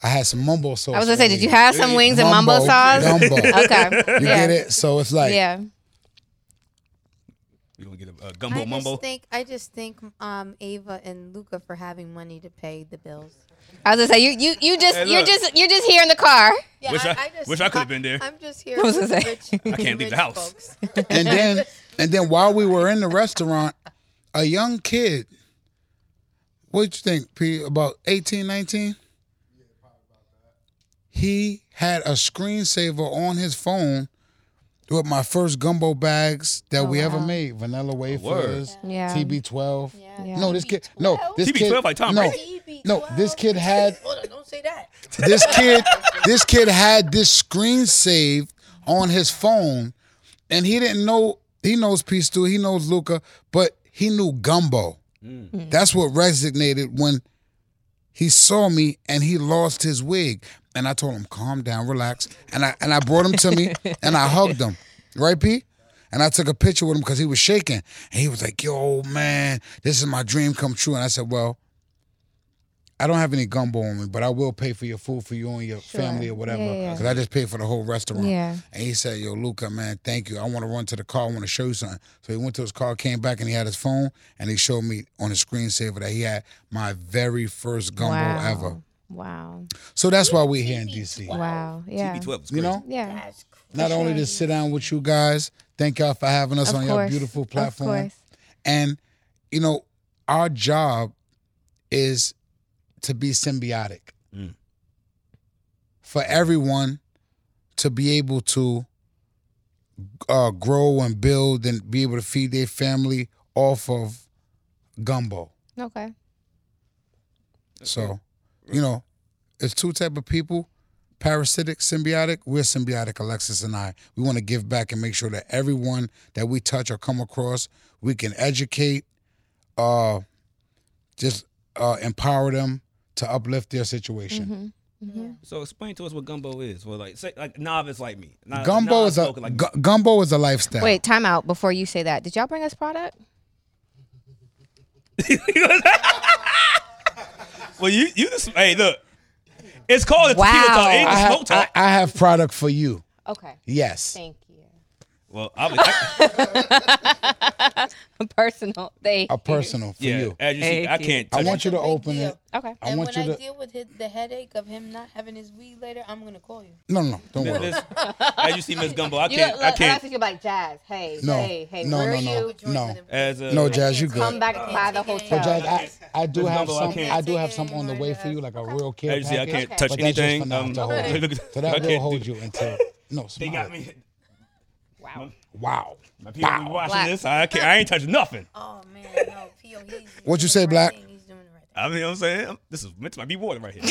C: I had some mumbo sauce.
B: Mm-hmm. I was gonna say,
C: earlier.
B: did you have some wings and mumbo
C: Mumbo,
B: sauce?
C: gumbo.
B: Okay.
C: You
B: yeah.
C: get it? So it's like
B: yeah.
A: We're going to get a, uh gumbo
D: I
A: mumbo.
D: just think I just think um, Ava and Luca for having money to pay the bills.
B: I was gonna say you you you just
A: Hey,
B: you're
A: look.
B: just you're just here in the car.
D: Yeah,
A: Wish I- wish I could've been there.
D: I'm just here.
B: I was
D: with
B: gonna say.
D: rich-
A: I can't leave the
D: rich
A: house.
D: folks.
C: and then and then while we were in the restaurant, a young kid, what you think, P, about 18, 19? He had a screensaver on his phone with my first gumbo bags that we ever made. Vanilla wafers,
B: Yeah.
C: TB12.
D: Yeah.
C: No, this kid, no, this
A: TB12
C: kid,
A: like Tom
C: no,
A: Brady?
C: no, this kid had
D: Hold on, don't say that.
C: this kid this kid had this screen saved on his phone and he didn't know he knows P. Stu, he knows Luca, but he knew Gumbo. That's what resonated when he saw me and he lost his wig. And I told him, calm down, relax. And I and I brought him to me and I hugged him. Right, P? And I took a picture with him because he was shaking. And he was like, yo, man, this is my dream come true. And I said, well, I don't have any gumbo on me, but I will pay for your food for you and your family or whatever.
B: Yeah, yeah, yeah.
C: Because I just paid for the whole restaurant.
B: Yeah.
C: And he said, Yo, Luca, man, thank you. I want to run to the car. I want to show you something. So he went to his car, came back, and he had his phone, and he showed me on his screensaver that he had my very first gumbo
B: wow.
C: ever.
B: Wow.
C: So that's why we're here in DC.
B: Wow. Yeah.
A: TB12 is crazy.
C: You know,
B: Yeah.
D: That's crazy.
C: not only to sit down with you guys, thank y'all for having us
B: Of
C: on your
B: course.
C: beautiful
B: Of
C: platform.
B: course.
C: And, you know, our job is to be symbiotic
A: Mm.
C: for everyone to be able to uh, grow and build and be able to feed their family off of gumbo.
B: Okay.
C: So, you know, it's two type of people: parasitic, symbiotic. We're symbiotic, Alexis and I. We want to give back and make sure that everyone that we touch or come across, we can educate, uh, just uh, empower them to uplift their situation.
A: So explain to us what gumbo is. Well, like say like novice like me. Not-
C: Gumbo
A: not
C: is a
A: spoken like
C: gu- gumbo is a lifestyle.
B: Wait, time out before you say that. Did y'all bring us product?
A: well, you you just hey look. It's called a
B: Wow.
A: tequila talk. It ain't
C: I
A: a smoke
C: have, I,
A: talk.
C: I have product for you.
B: Okay.
C: Yes.
B: Thank you.
A: well, I was, I,
B: A personal. Thank
C: A
B: you.
C: personal for
A: yeah.
C: you.
A: As you see,
B: Thank
A: I
B: you.
A: can't.
C: I
A: touch
C: want you to
D: Big
C: open
D: deal.
C: it.
B: Okay.
C: I
D: and
C: want
D: when
C: you
D: I
C: to.
D: deal with his, the headache of him not having his weed later, I'm gonna call you.
C: No, no, no, don't
A: Th-
C: worry.
A: this- as you see, Miss Gumbo, I
B: You
A: can't.
B: look,
A: I
B: look, I
A: can't.
B: think you're like jazz. Hey,
C: No,
B: hey, hey.
C: no,
B: where
C: no,
B: are
C: no.
B: you?
C: No.
A: As uh, a,
C: No, Jazz, you
B: Come
C: good.
B: back by the
D: But
B: hotel.
D: Jazz,
C: Jazz, I, I do
A: Miss
C: have
A: Gumbo, I
C: some.
A: can't.
C: I do have some on the way for you, like a real care
A: as you see, I can't
C: package.
A: touch
C: but that's just for
A: anything.
C: now,
A: Um,
C: to hold you.
A: look,
C: So
A: I
C: that will
A: can't
C: hold
A: do-
C: you until no.
A: They got
C: smile.
A: me.
B: Wow.
C: Wow.
A: My people be watching
B: Black.
A: this. I can't. I ain't touching nothing.
D: Oh man, no, P.O. He's
C: What you
D: doing
C: say,
D: the right
C: Black?
D: thing. He's doing the right thing.
A: I mean, you know what I'm saying I'm- this is meant to be water right here.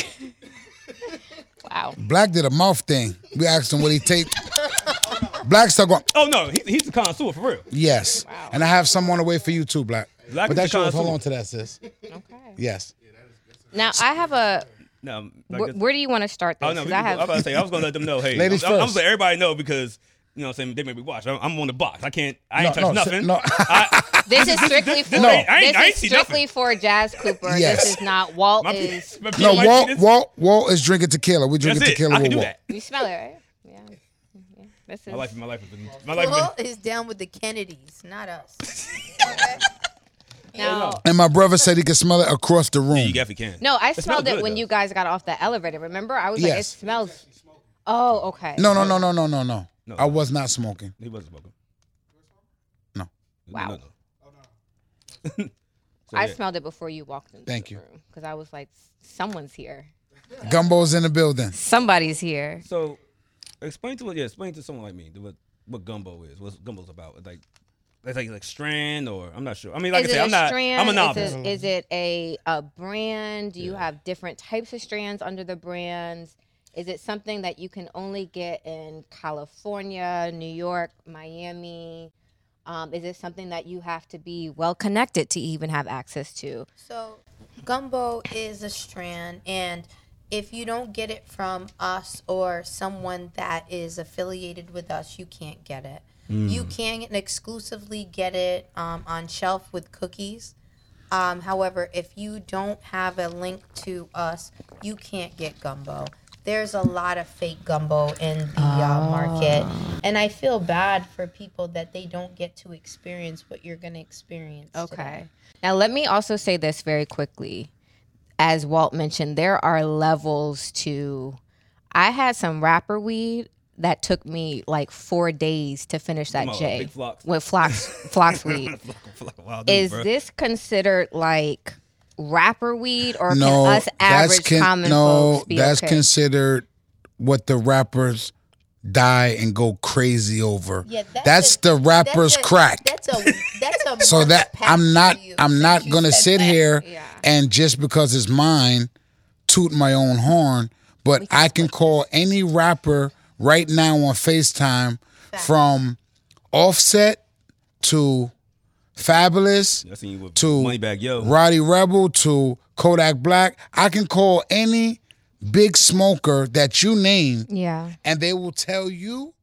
B: Wow.
C: Black did a mouth thing. We asked him what he take. Black stuck on.
A: Oh no, he, he's the connoisseur for real.
C: Yes. And I have some on the way for you too, Black.
A: Black is
C: but
A: the
C: that's yours. Hold
A: connoisseur.
C: on to that, sis.
B: Okay.
C: Yes.
B: Now I have a.
A: No, like
B: Where,
A: that's-
B: where do you want to start this?
A: oh no,
B: 'Cause
A: we
B: I
A: can go-
B: have.
A: I'm about to say I was gonna let them know. Hey,
C: Ladies
A: I'm, I'm, I'm
C: first.
A: letting everybody know because you know what I'm saying they may be watching. I'm, I'm on the box. I can't. I ain't
C: No,
A: touch
C: no,
A: nothing.
C: no.
A: I,
B: This is strictly
A: this-
B: for
A: this ain't- I ain't- I ain't
B: this
A: see
B: is strictly
A: nothing.
B: for Jazz Cooper.
C: Yes.
B: This is not Walt.
A: my, pe-
B: is
A: my people
C: No,
A: might see
C: Walt,
A: this.
C: Walt, Walt is drinking tequila. We're
A: That's
C: drinking
A: it.
C: tequila
A: I can
C: with
A: do
C: Walt.
A: that.
B: you smell it, right? Yeah. yeah. This is
A: My life, my life, is- my life. is-
D: Paul is down with the Kennedys, not us. Okay?
B: now.
C: And my brother said he could smell it across the room.
A: You definitely can.
B: No, I
A: smells
B: smelled it
A: good,
B: when
A: though.
B: you guys got off the elevator. Remember, I was like, it
C: Yes.
B: smells. Oh, okay.
C: No, no, no, no, no, no, no.
A: No.
C: I was not smoking.
A: He wasn't smoking.
C: No.
B: Wow.
A: No, no. So,
B: I
A: yeah.
B: smelled it before you walked into
C: Thank
B: the
C: you.
B: room because I was like, someone's here.
C: Gumbo's in the building.
B: Somebody's here.
A: So, explain to yeah, explain to someone like me what what gumbo is. What gumbo's about? Like, that's like like strand or I'm not sure. I mean, like I
B: is it
A: said,
B: a
A: I'm not.
B: strand?
A: I'm a
B: Is
A: novice.
B: it, is it a, a brand? Do you have different types of strands under the brands? Is it something that you can only get in California, New York, Miami? Um, is it something that you have to be well connected to even have access to?
D: So, gumbo is a strand, and if you don't get it from us or someone that is affiliated with us, you can't get it. You can exclusively get it um, on shelf with cookies. Um, however, if you don't have a link to us, you can't get gumbo. There's a lot of fake gumbo in the uh, market, and I feel bad for people that they don't get to experience what you're gonna experience. today.
B: Okay. Now, let me also say this very quickly. As Walt mentioned, there are levels to. I had some rapper weed that took me like four days to finish that
A: on,
B: J
A: big flocks.
B: with flox flox weed.
A: Wow, dude,
B: Is
A: bro.
B: this considered like rapper weed, or
C: No,
B: can us
C: that's
B: average
C: con-
B: common
C: no,
B: folks be
C: that's
B: okay?
C: considered what the rappers die and go crazy over.
D: Yeah, that's
C: that's
D: a-
C: the
D: That's
C: rapper's
D: a-
C: crack.
D: That's a that's a.
C: so that
D: must-pass
C: I'm not
D: for you,
C: I'm
D: since
C: not
D: you
C: gonna
D: said
C: sit
D: that.
C: here
B: Yeah.
C: and just because it's mine, toot my own horn. But I can call any rapper right now on FaceTime from Offset to Fabulous
A: I seen you with
C: to
A: money bag, yo.
C: Roddy Rebel to Kodak Black. I can call any big smoker that you name,
B: yeah.
C: and they will tell you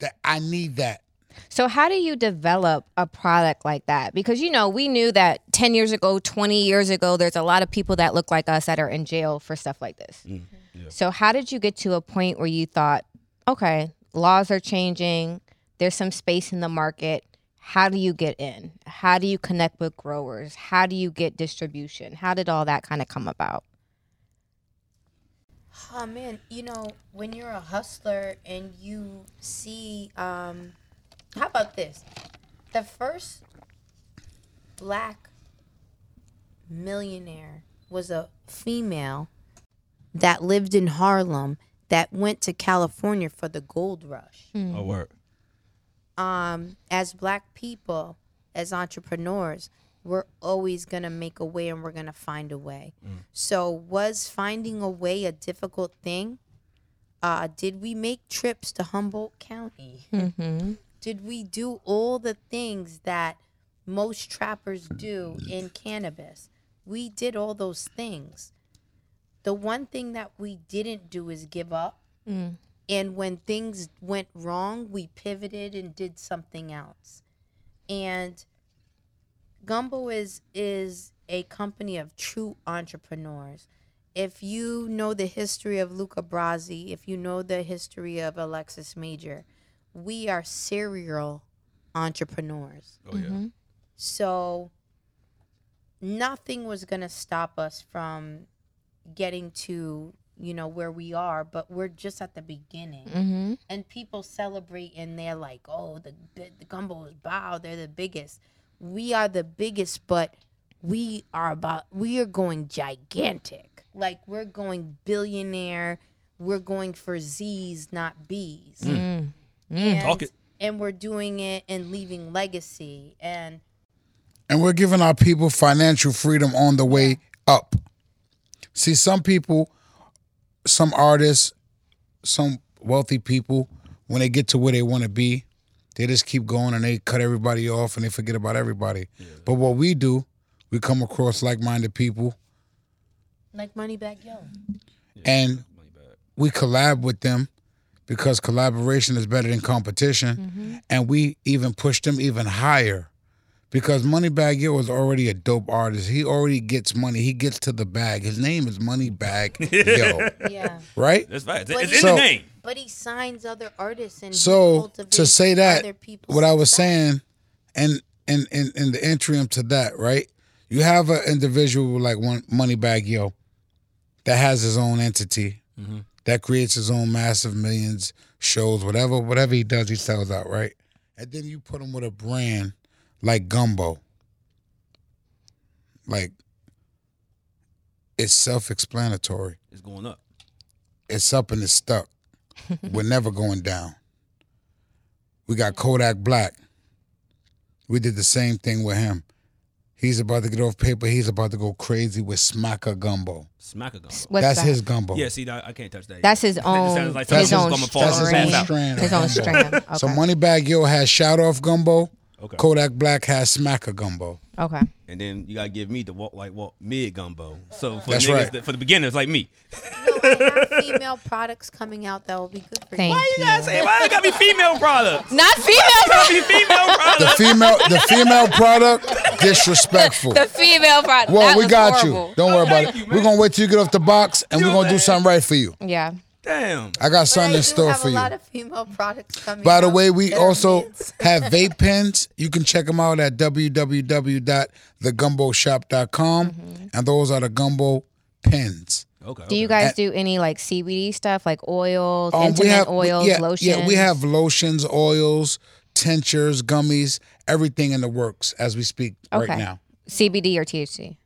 C: that I need that.
B: So how do you develop a product like that? Because you know, we knew that 10 years ago, 20 years ago, there's a lot of people that look like us that are in jail for stuff like this.
A: Mm-hmm.
B: So how did you get to a point where you thought, okay, laws are changing, there's some space in the market. How do you get in? How do you connect with growers? How do you get distribution? How did all that kind of come about?
D: Oh man, you know when you're a hustler and you see, um, how about this? The first black millionaire was a female that lived in Harlem that went to California for the gold rush.
B: Mm.
A: Oh, word.
D: um, as black people, as entrepreneurs, we're always going to make a way and we're going to find a way. So, was finding a way a difficult thing? Uh, did we make trips to Humboldt County? Did we do all the things that most trappers do in cannabis? We did all those things. The one thing that we didn't do is give up. And when things went wrong, we pivoted and did something else. And Gumbo is is a company of true entrepreneurs. if you know the history of Luca Brasi, if you know the history of Alexis Major, we are serial entrepreneurs.
A: Oh yeah.
B: Mm-hmm.
D: So nothing was going to stop us from getting to, you know, where we are, but we're just at the beginning.
B: Mm-hmm.
D: And people celebrate and they're like, "Oh, the the gumbo is wow, they're the biggest." We are the biggest, but we are about we are going gigantic. Like we're going billionaire. We're going for Z's, not B's.
A: Hmm.
D: And,
A: Mm, Talk it.
D: and we're doing it and leaving legacy and
C: and we're giving our people financial freedom on the way up. See, some people, some artists, some wealthy people, when they get to where they want to be, they just keep going and they cut everybody off and they forget about everybody. But what we do, we come across like-minded people
D: like money back yo.
C: and we collab with them because collaboration is better than competition and we even push them even higher because Moneybag Yo is already a dope artist. He already gets money. He gets to the bag. His name is Moneybag Yo,
D: Yeah.
C: right?
A: That's right. It's,
D: But
A: it's
D: he-
A: in the
C: So-
A: name.
D: But he signs other artists and he
C: So to
D: cultivates
C: say
D: other
C: that,
D: people's
C: what I was
D: success.
C: saying, and and in in the interim to that, right? You have an individual like one Moneybag Yo, that has his own entity, that creates his own massive millions shows, whatever whatever he does, he sells out, right? And then you put him with a brand like Gumbo, like it's self-explanatory
A: It's going up.
C: it's up and it's stuck. We're never going down. We got Kodak Black. We did the same thing with him. He's about to get off paper. He's about to go crazy with Smacker Gumbo.
A: Smack a gun.
B: What's
C: that's
B: that?
C: his gumbo.
A: Yeah, see, I, I can't touch that.
B: That's his
A: That
B: own-
A: sounds like
C: That's
A: something's
C: his own,
A: gonna fall
C: that's
A: and
C: his
A: pass
B: string.
A: out.
C: own strand.
B: His
C: of
B: own
C: gumbo.
B: strand. Okay.
C: So Moneybag Yo has Shout Off Gumbo.
A: Okay.
C: Kodak Black has Smacker Gumbo.
B: Okay.
A: And then you gotta give me the walk like walk mid gumbo. So for
C: That's
A: niggas
C: right.
A: that, for the beginners like me.
D: I have female products coming out that will be good for
B: Thank
D: you.
A: You gotta say why it gotta be female products?
B: Not female.
A: Gotta be female
C: The
A: products.
C: female, the female product, disrespectful.
B: the female product.
C: Well,
B: that
C: we
B: was
C: got
B: horrible.
C: you. Don't worry about it. We're gonna wait till you get off the box, and we're gonna do something right for you.
B: Yeah.
A: Damn.
C: I got
D: But I
C: something in
D: do
C: store
D: have
C: for
D: a
C: you.
D: lot of female products coming
C: By the
D: out
C: way, we
D: that are
C: also
D: men's.
C: have vape pens. You can check them out at www.thegumboshop.com.
B: Mm-hmm.
C: And those are the gumbo pens.
A: Okay.
B: Do you
A: okay.
B: guys do any like CBD stuff, like oils,
C: Um,
B: intimate oils,
C: yeah,
B: lotions?
C: Yeah, we have lotions, oils, tinctures, gummies, everything in the works as we speak
B: Okay.
C: right now.
B: CBD or THC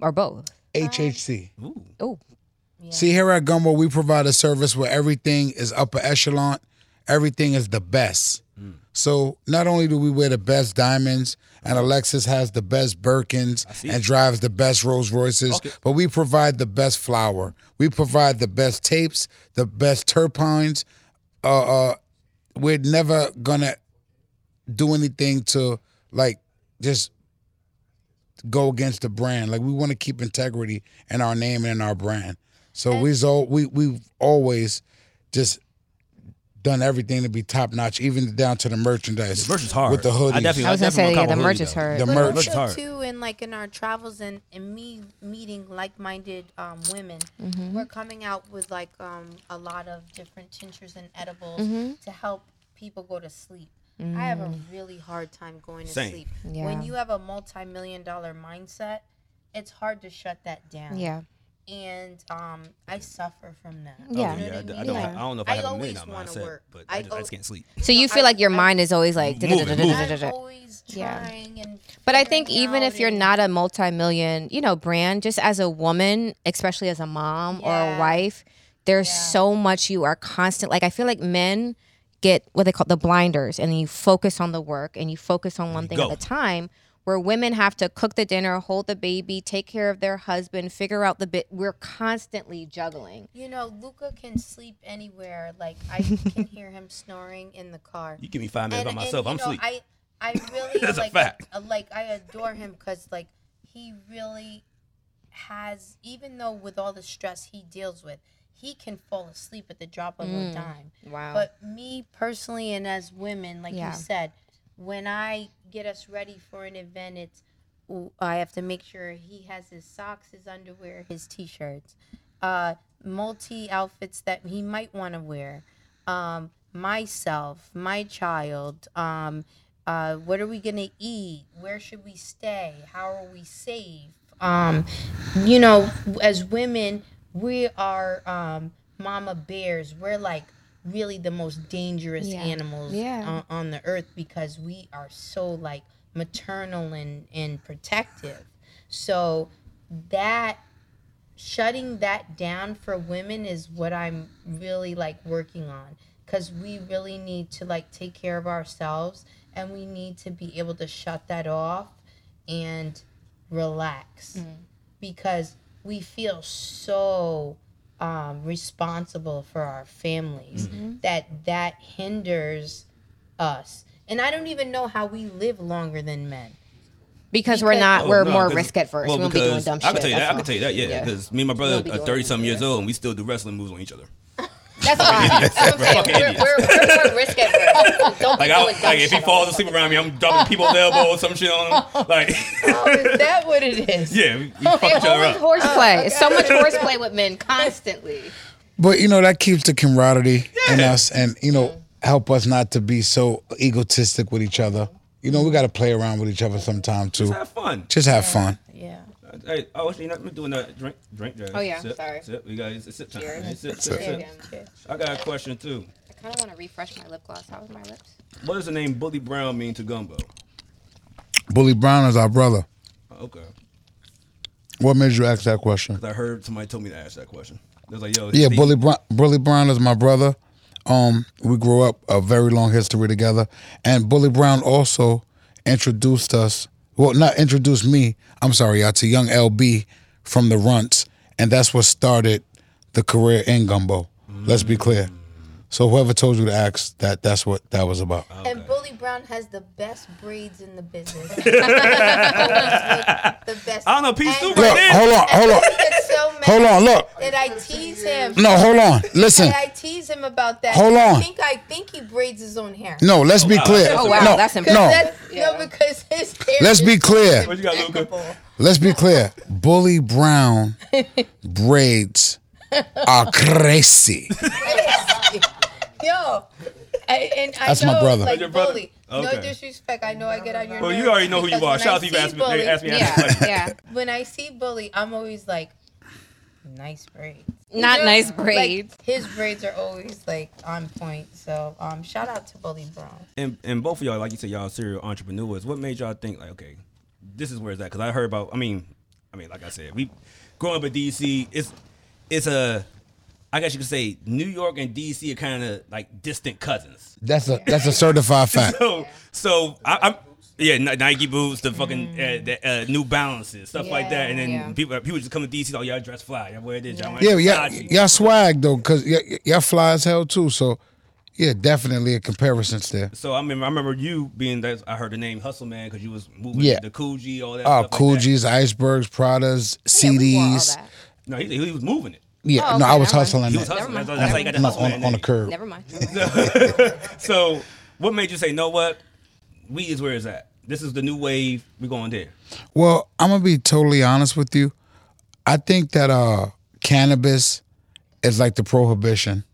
B: or both.
C: HHC.
A: Ooh.
B: Oh,
C: See, here at Gumbo, we provide a service where everything is upper echelon, everything is the best. So not only do we wear the best diamonds, and Alexis has the best Birkins and drives the best Rolls Royces, but we provide the best flour. We provide the best tapes, the best terpines. Uh, uh, we're never gonna do anything to like just go against the brand. Like we want to keep integrity in our name and in our brand. So we's all, we we've always just done everything to be top notch, even down to the merchandise.
A: The merch is hard.
C: with the hoodies.
A: I definitely,
B: I was gonna
A: definitely cop
B: say yeah,
A: a
B: the
A: hoodie,
B: merch is
A: though.
B: hurt.
C: the
D: But
C: merch.
A: Merch is
D: also
A: hard.
D: too, in like in our travels and, and me meeting like-minded um, women, we're coming out with like um, a lot of different tinctures and edibles to help people go to sleep. I have a really hard time going to
A: Same.
D: sleep.
B: Yeah.
D: When you have a multi-million dollar mindset, it's hard to shut that down.
B: yeah.
D: and um, I suffer from that.
B: Yeah.
D: You know
A: Oh, Yeah, I, d-
D: what I
A: I
D: mean?
A: don't,
B: Yeah.
A: I don't know if
D: I
A: I, have a
D: always
A: million dollar
D: wanna
A: mindset,
D: work.
A: but
D: I
A: I, just, I
D: al-
A: just can't sleep.
B: So you feel like your mind is always like.
A: Moving, moving.
D: I'm
B: da-da-da-da-da-da-da.
D: always
B: Yeah.
D: trying and.
B: But I
D: figuring
B: think even
D: out
B: if you're
D: and-
B: not a multi-million, you know, brand, just as a woman, especially as a mom or a
D: Yeah.
B: wife, there's
D: Yeah.
B: so much you are constant. Like I feel like men get what they call the blinders, and you focus on the work and you focus on one thing
A: go.
B: at a time. Where women have to cook the dinner, hold the baby, take care of their husband, figure out the bit. We're constantly juggling.
D: You know, Luca can sleep anywhere. Like I can hear him snoring in the car.
A: You give me five minutes by myself,
D: you
A: I'm
D: know,
A: asleep.
D: I I really
A: That's a
D: like
A: fact.
D: uh, like I adore him because like he really has even though with all the stress he deals with, he can fall asleep at the drop of a dime.
B: Mm. Wow.
D: But me personally and as women, like
B: Yeah.
D: you said, when I get us ready for an event, it's ooh, I have to make sure he has his socks, his underwear, his t-shirts. uh, multi outfits that he might want to wear. Um, myself, my child. Um, uh, what are we gonna eat? Where should we stay? How are we safe? Um, you know, as women, we are um, mama bears. We're like really the most dangerous
B: Yeah.
D: animals
B: Yeah.
D: on, on the earth because we are so like maternal and, and protective. So that shutting that down for women is what I'm really like working on cuz we really need to like take care of ourselves and we need to be able to shut that off and relax because we feel so um, responsible for our families
C: Mm-hmm.
D: that that hinders us and i don't even know how we live longer than men
B: because we're not
A: Oh,
B: we're
A: no,
B: more
A: 'cause-
B: risk adverse.
A: well,
B: we won't be doing
A: because-
B: dumb shit.
A: I can tell you
B: that's
A: that. I
B: all.
A: can tell you that. Yeah, because me and my
D: won't
A: brother
D: be
A: are
D: doing
A: thirty something
D: dumb
A: years old, and we still do wrestling moves on each other.
B: That's fine.
D: I'm saying
A: Fucking idiots.
D: we're, we're, we're more risk adverse. Don't
A: Like,
D: be
A: I,
D: doing dumb
A: like if he
D: shit
A: falls
D: all
A: asleep around me, I'm dropping people on the elbow or some shit on him. Like,
D: the time. Is that what it is?
A: yeah, we, we fuck each other
B: Always
A: up.
B: horseplay. It's so much horseplay with men constantly.
C: But you know that keeps the camaraderie in
A: Yeah.
C: us, and you know help us not to be so egotistic with each other. You know we got to play around with each other sometime too.
A: Have fun.
C: Just have fun.
D: Yeah.
A: Hey, oh, actually, you know, I'm doing that. Drink, drink. Jazz.
B: Oh, yeah,
A: sip,
B: sorry.
A: Sip. We got it's sip time.
B: Cheers.
A: Hey, Sip, sip, sip.
D: Okay.
A: I got a question too.
B: I kind of want to refresh my lip gloss. How was my lips?
A: What does the name Bully Brown mean to Gumbo?
C: Bully Brown is our brother.
A: Oh, Okay,
C: What made you ask that question?
A: 'Cause I heard somebody told me to ask that question. They was like, yo,
C: Yeah,
A: Steve-
C: Bully Brown, Bully Brown is my brother. Um, we grew up a very long history together, and Bully Brown also introduced us. Well, not introduced me. I'm sorry, y'all, to Young LB from the Runts, and that's what started the career in Gumbo. Let's be clear. So whoever told you to ask that, that's what that was about.
D: And Bully Brown has the best braids in the business. Always look the best.
A: I don't know, Pete's
D: And
A: too
C: Look,
A: right
C: hold on, hold on,
D: I get so mad
C: hold on. Look,
D: That I tease him.
C: no, hold on. Listen,
D: That I tease him about that.
C: Hold
D: I
C: on.
D: think I think he braids his own hair.
C: no. Let's be
A: wow.
C: clear.
A: Oh,
B: wow,
C: No,
B: that's
C: no.
B: impressive.
D: That's, No, because his hair.
C: Let's
D: is
C: be clear.
A: What you got, Luca?
D: impeccable.
C: Let's be clear. Bully Brown braids are crazy.
D: Yo, I, and I
C: That's my
D: know,
C: brother.
D: Like,
A: Your brother?
D: Bully.
A: Okay.
D: No disrespect. I know I get on your.
A: Well, you
D: nerves
A: already know who you
D: because
A: are.
D: when
A: Shout
D: I
A: out to you
D: see
A: for asking,
D: Bully-
A: they asked me to ask
B: Yeah,
A: the question.
B: yeah.
D: when I see Bully, I'm always like, nice braids.
B: Not
D: You
B: nice
D: like,
B: braids.
D: his braids are always like on point. So um, shout out to Bully Brown.
A: and and both of y'all, like you said, y'all serial entrepreneurs. What made y'all think like, okay, this is where it's at? Because I heard about. I mean, I mean, like I said, we growing up in DC. It's it's a. I guess you could say New York and DC are kind of like distant cousins.
C: That's a that's a certified fact.
A: So so I, I'm. Yeah, Ni- Nike boots, the fucking uh, the, uh, New Balances, stuff like that, and then
B: Mm. Yeah.
A: people people just come to DC. Oh, y'all dress fly, y'all wear this, y'all wear
C: Yeah, yeah,
A: Versace.
C: y'all swag though, cause y- y- y'all fly as hell too. So, yeah, definitely a comparison's there.
A: So I remember, I remember you being that. I heard the name Hustle Man because you was moving
C: Yeah.
A: the Coogee, all that.
C: Oh,
A: stuff
C: cool
A: like that.
C: G's, icebergs, Pradas,
B: Yeah, we wore all
C: CDs.
B: that.
A: No, he, he was moving it.
C: Yeah,
B: Oh, okay,
C: no, I was
B: never mind.
C: hustling
A: He was
C: that
A: hustling. That's,
B: mind.
A: that's how you got the
C: No,
A: hustle
C: on,
A: man
C: on the
A: name.
C: curb.
B: Never mind.
A: So, what made you say, "No, what? We is where it's at. This is the new wave. We're going there."
C: Well, I'm gonna be totally honest with you. I think that uh cannabis is like the prohibition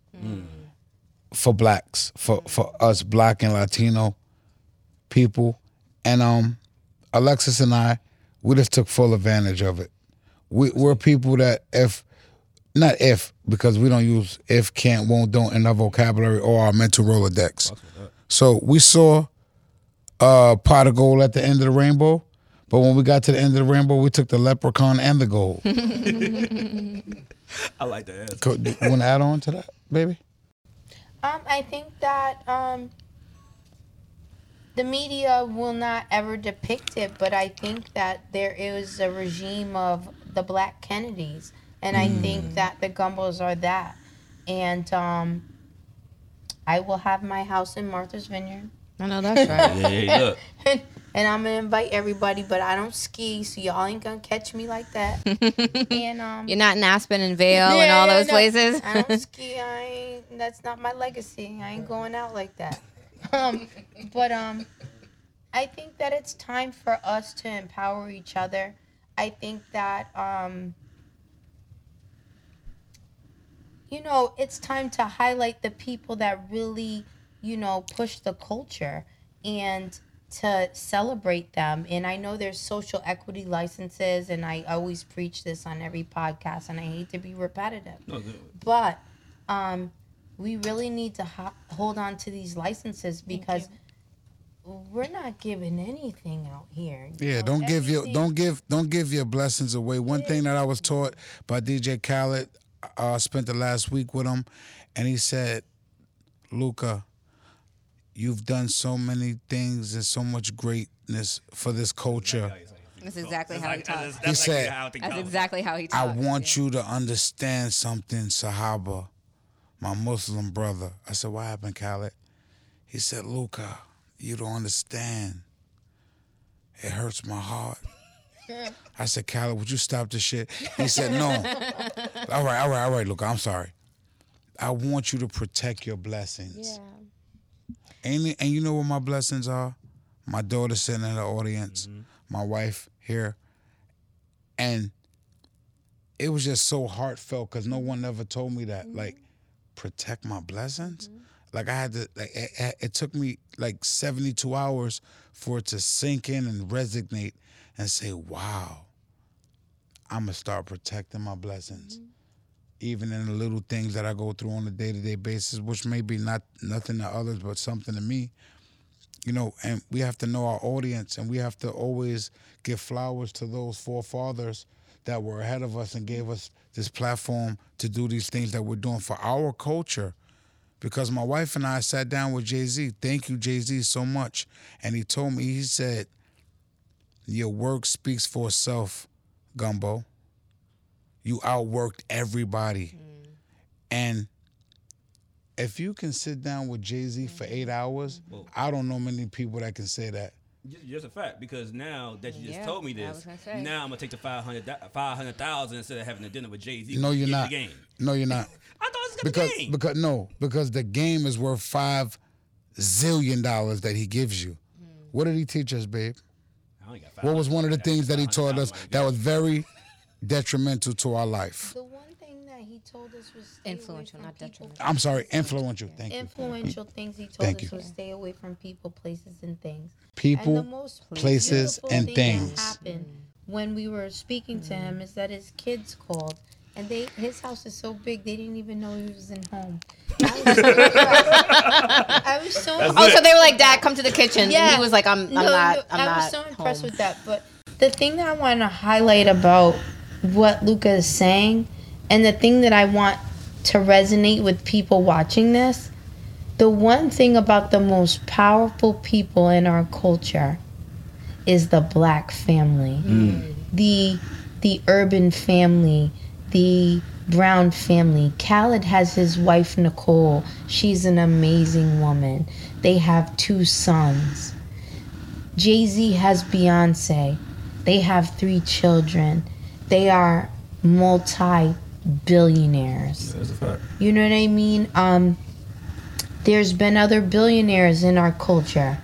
C: for blacks, for for us black and Latino people. And um Alexis and I, we just took full advantage of it. We we're people that if not if, because we don't use if, can't, won't, don't in our vocabulary or our mental Rolodex. So we saw a uh, pot of gold at the end of the rainbow, but when we got to the end of the rainbow, we took the leprechaun and the gold.
A: I like that. answer.
C: Co- do you want to add on to that, baby?
D: Um, I think that um, the media will not ever depict it, but I think that there is a regime of the Black Kennedys, and I think that the Gumbos are that. And um, I will have my house in Martha's Vineyard,
B: I know that's right.
A: Yeah, yeah, look.
D: and I'm gonna invite everybody, but I don't ski, so y'all ain't gonna catch me like that. and um,
B: You're not in Aspen and Vale and
D: Yeah,
B: all
D: yeah,
B: those
D: no.
B: places.
D: I don't ski. I ain't, that's not my legacy. I ain't going out like that. Um, but um, I think that it's time for us to empower each other. I think that um, you know, it's time to highlight the people that really, you know, push the culture and to celebrate them. And I know there's social equity licenses, and I always preach this on every podcast, and I hate to be repetitive, but um, we really need to ho- hold on to these licenses because. We're not giving anything out here. you
C: Yeah,
D: know?
C: don't give your
D: Everything-
C: don't give don't give your blessings away. One thing that I was taught by DJ Khaled, I uh, spent the last week with him, and he said, "Luca, you've done so many things and so much greatness for this culture.
B: That's exactly how he talks.
C: He said-
B: That's exactly how he talks.
C: I want you to understand something, Sahaba, my Muslim brother." I said, "What happened, Khaled?" He said, "Luca, you don't understand. It hurts my heart." I said, Khaled, would you stop this shit? He said, No. all right, all right, all right, Luca, I'm sorry. I want you to protect your blessings. And, and you know what my blessings are? My daughter sitting in the audience, my wife here. And it was just so heartfelt because no one ever told me that. Like, protect my blessings? Like, I had to, like, it, it- it took me like 72 hours for it to sink in and resonate and say, wow, I'm going to start protecting my blessings. Even in the little things that I go through on a day to day basis, which may be not nothing to others, but something to me you know, and we have to know our audience and we have to always give flowers to those forefathers that were ahead of us and gave us this platform to do these things that we're doing for our culture. Because my wife and I sat down with Jay Z. Thank you, Jay Z, so much. And he told me, he said, Your work speaks for itself, Gumbo. You outworked everybody. And if you can sit down with Jay Z for eight hours, I don't know many people that can say that.
A: Just, just a fact, because now that you just
B: Yeah,
A: told me
B: I
A: this,
B: was gonna say.
A: now I'm gonna take the 500 500,000 instead of having a dinner with Jay Z.
C: No, you're not.
A: The game.
C: No, you're not.
A: I thought it was gonna
C: Because
A: be game.
C: because no, because the game is worth five zillion dollars that he gives you. What did he teach us, babe?
A: I only got five
C: What was
A: hundred
C: one of the
A: thousand.
C: things that he taught us that was very detrimental to our life?
D: The one thing that he told us was stay away
B: Influential,
D: from
B: not
D: people,
B: detrimental.
C: I'm sorry, influential. Thank you.
D: Influential things he told
C: Thank
D: us
C: you.
D: was stay away from people, places, and things. and the
C: People,
D: most
C: places,
D: beautiful
C: and
D: thing
C: things.
D: That happened when we were speaking to him is that his kids called. And they, his house is so big they didn't even know he was in home. I was so impressed. I was so
B: Oh, so they were like, "Dad, come to the kitchen." And he was like, "I'm, I'm
D: no,
B: not,
D: no,
B: I'm
D: I
B: not."
D: was so impressed
B: home.
D: with that. But the thing that I want to highlight about what Luca is saying, and the thing that I want to resonate with people watching this, the one thing about the most powerful people in our culture is the black family, the the urban family, the brown family. Khaled has his wife Nicole. She's an amazing woman. They have two sons. Jay Z has Beyonce. They have three children. They are multi billionaires.
A: That's a fact.
D: You know what I mean? Um, there's been other billionaires in our culture.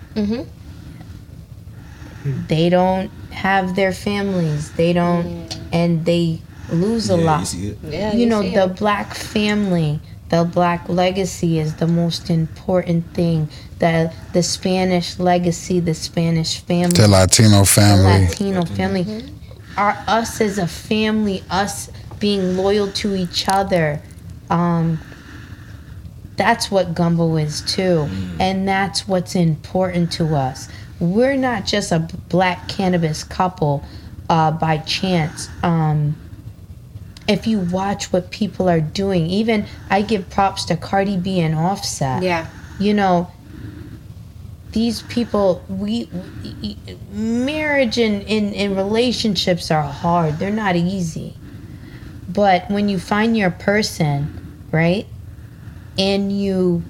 D: Mm-hmm. They don't have their families. They don't, and they lose a lot
A: it.
B: Yeah,
D: you know
B: see
D: the
B: it.
D: black family the black legacy is the most important thing the the spanish legacy the spanish family
C: the Latino
D: the
C: family.
D: Latino family. Our us as a family, us being loyal to each other. Um, that's what gumbo is too,
B: Mm.
D: and that's what's important to us. We're not just a black cannabis couple uh, by chance. Um, if you watch what people are doing, even I give props to Cardi B and Offset
B: Yeah,
D: you know these people we, we- marriage and, and, and relationships are hard they're not easy but when you find your person right and you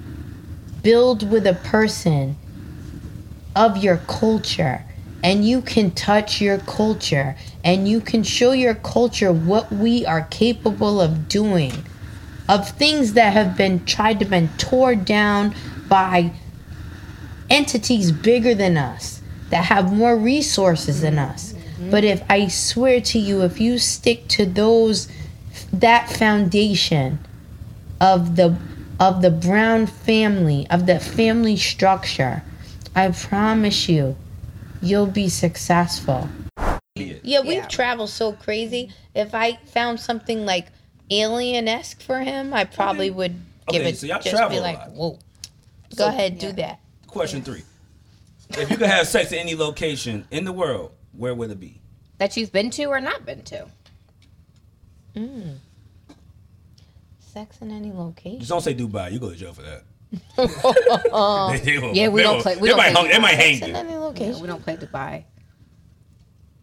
D: build with a person of your culture and you can touch your culture and you can show your culture what we are capable of doing of things that have been tried to been torn down by entities bigger than us that have more resources than us but if i swear to you if you stick to those that foundation of the of the Brown family, of the family structure, I promise you, you'll be successful. Yeah, we've traveled so crazy. If I found something like alien esque for him, I probably would give
A: Okay,
D: it.
A: so y'all
D: just
A: travel
D: be
A: a
D: like,
A: lot.
D: whoa, go ahead, do that.
A: Question three: If you could have sex at any location in the world, where would it be?
B: that you've been to or not been to.
D: Sex in any location.
A: Just don't say Dubai. You go to jail for that.
B: Yeah, we don't play- we
A: They
B: don't
A: might,
B: play
A: hang- they might
D: Sex
A: hang
D: in
A: you.
D: any
B: Yeah,
D: location.
B: we don't play Dubai.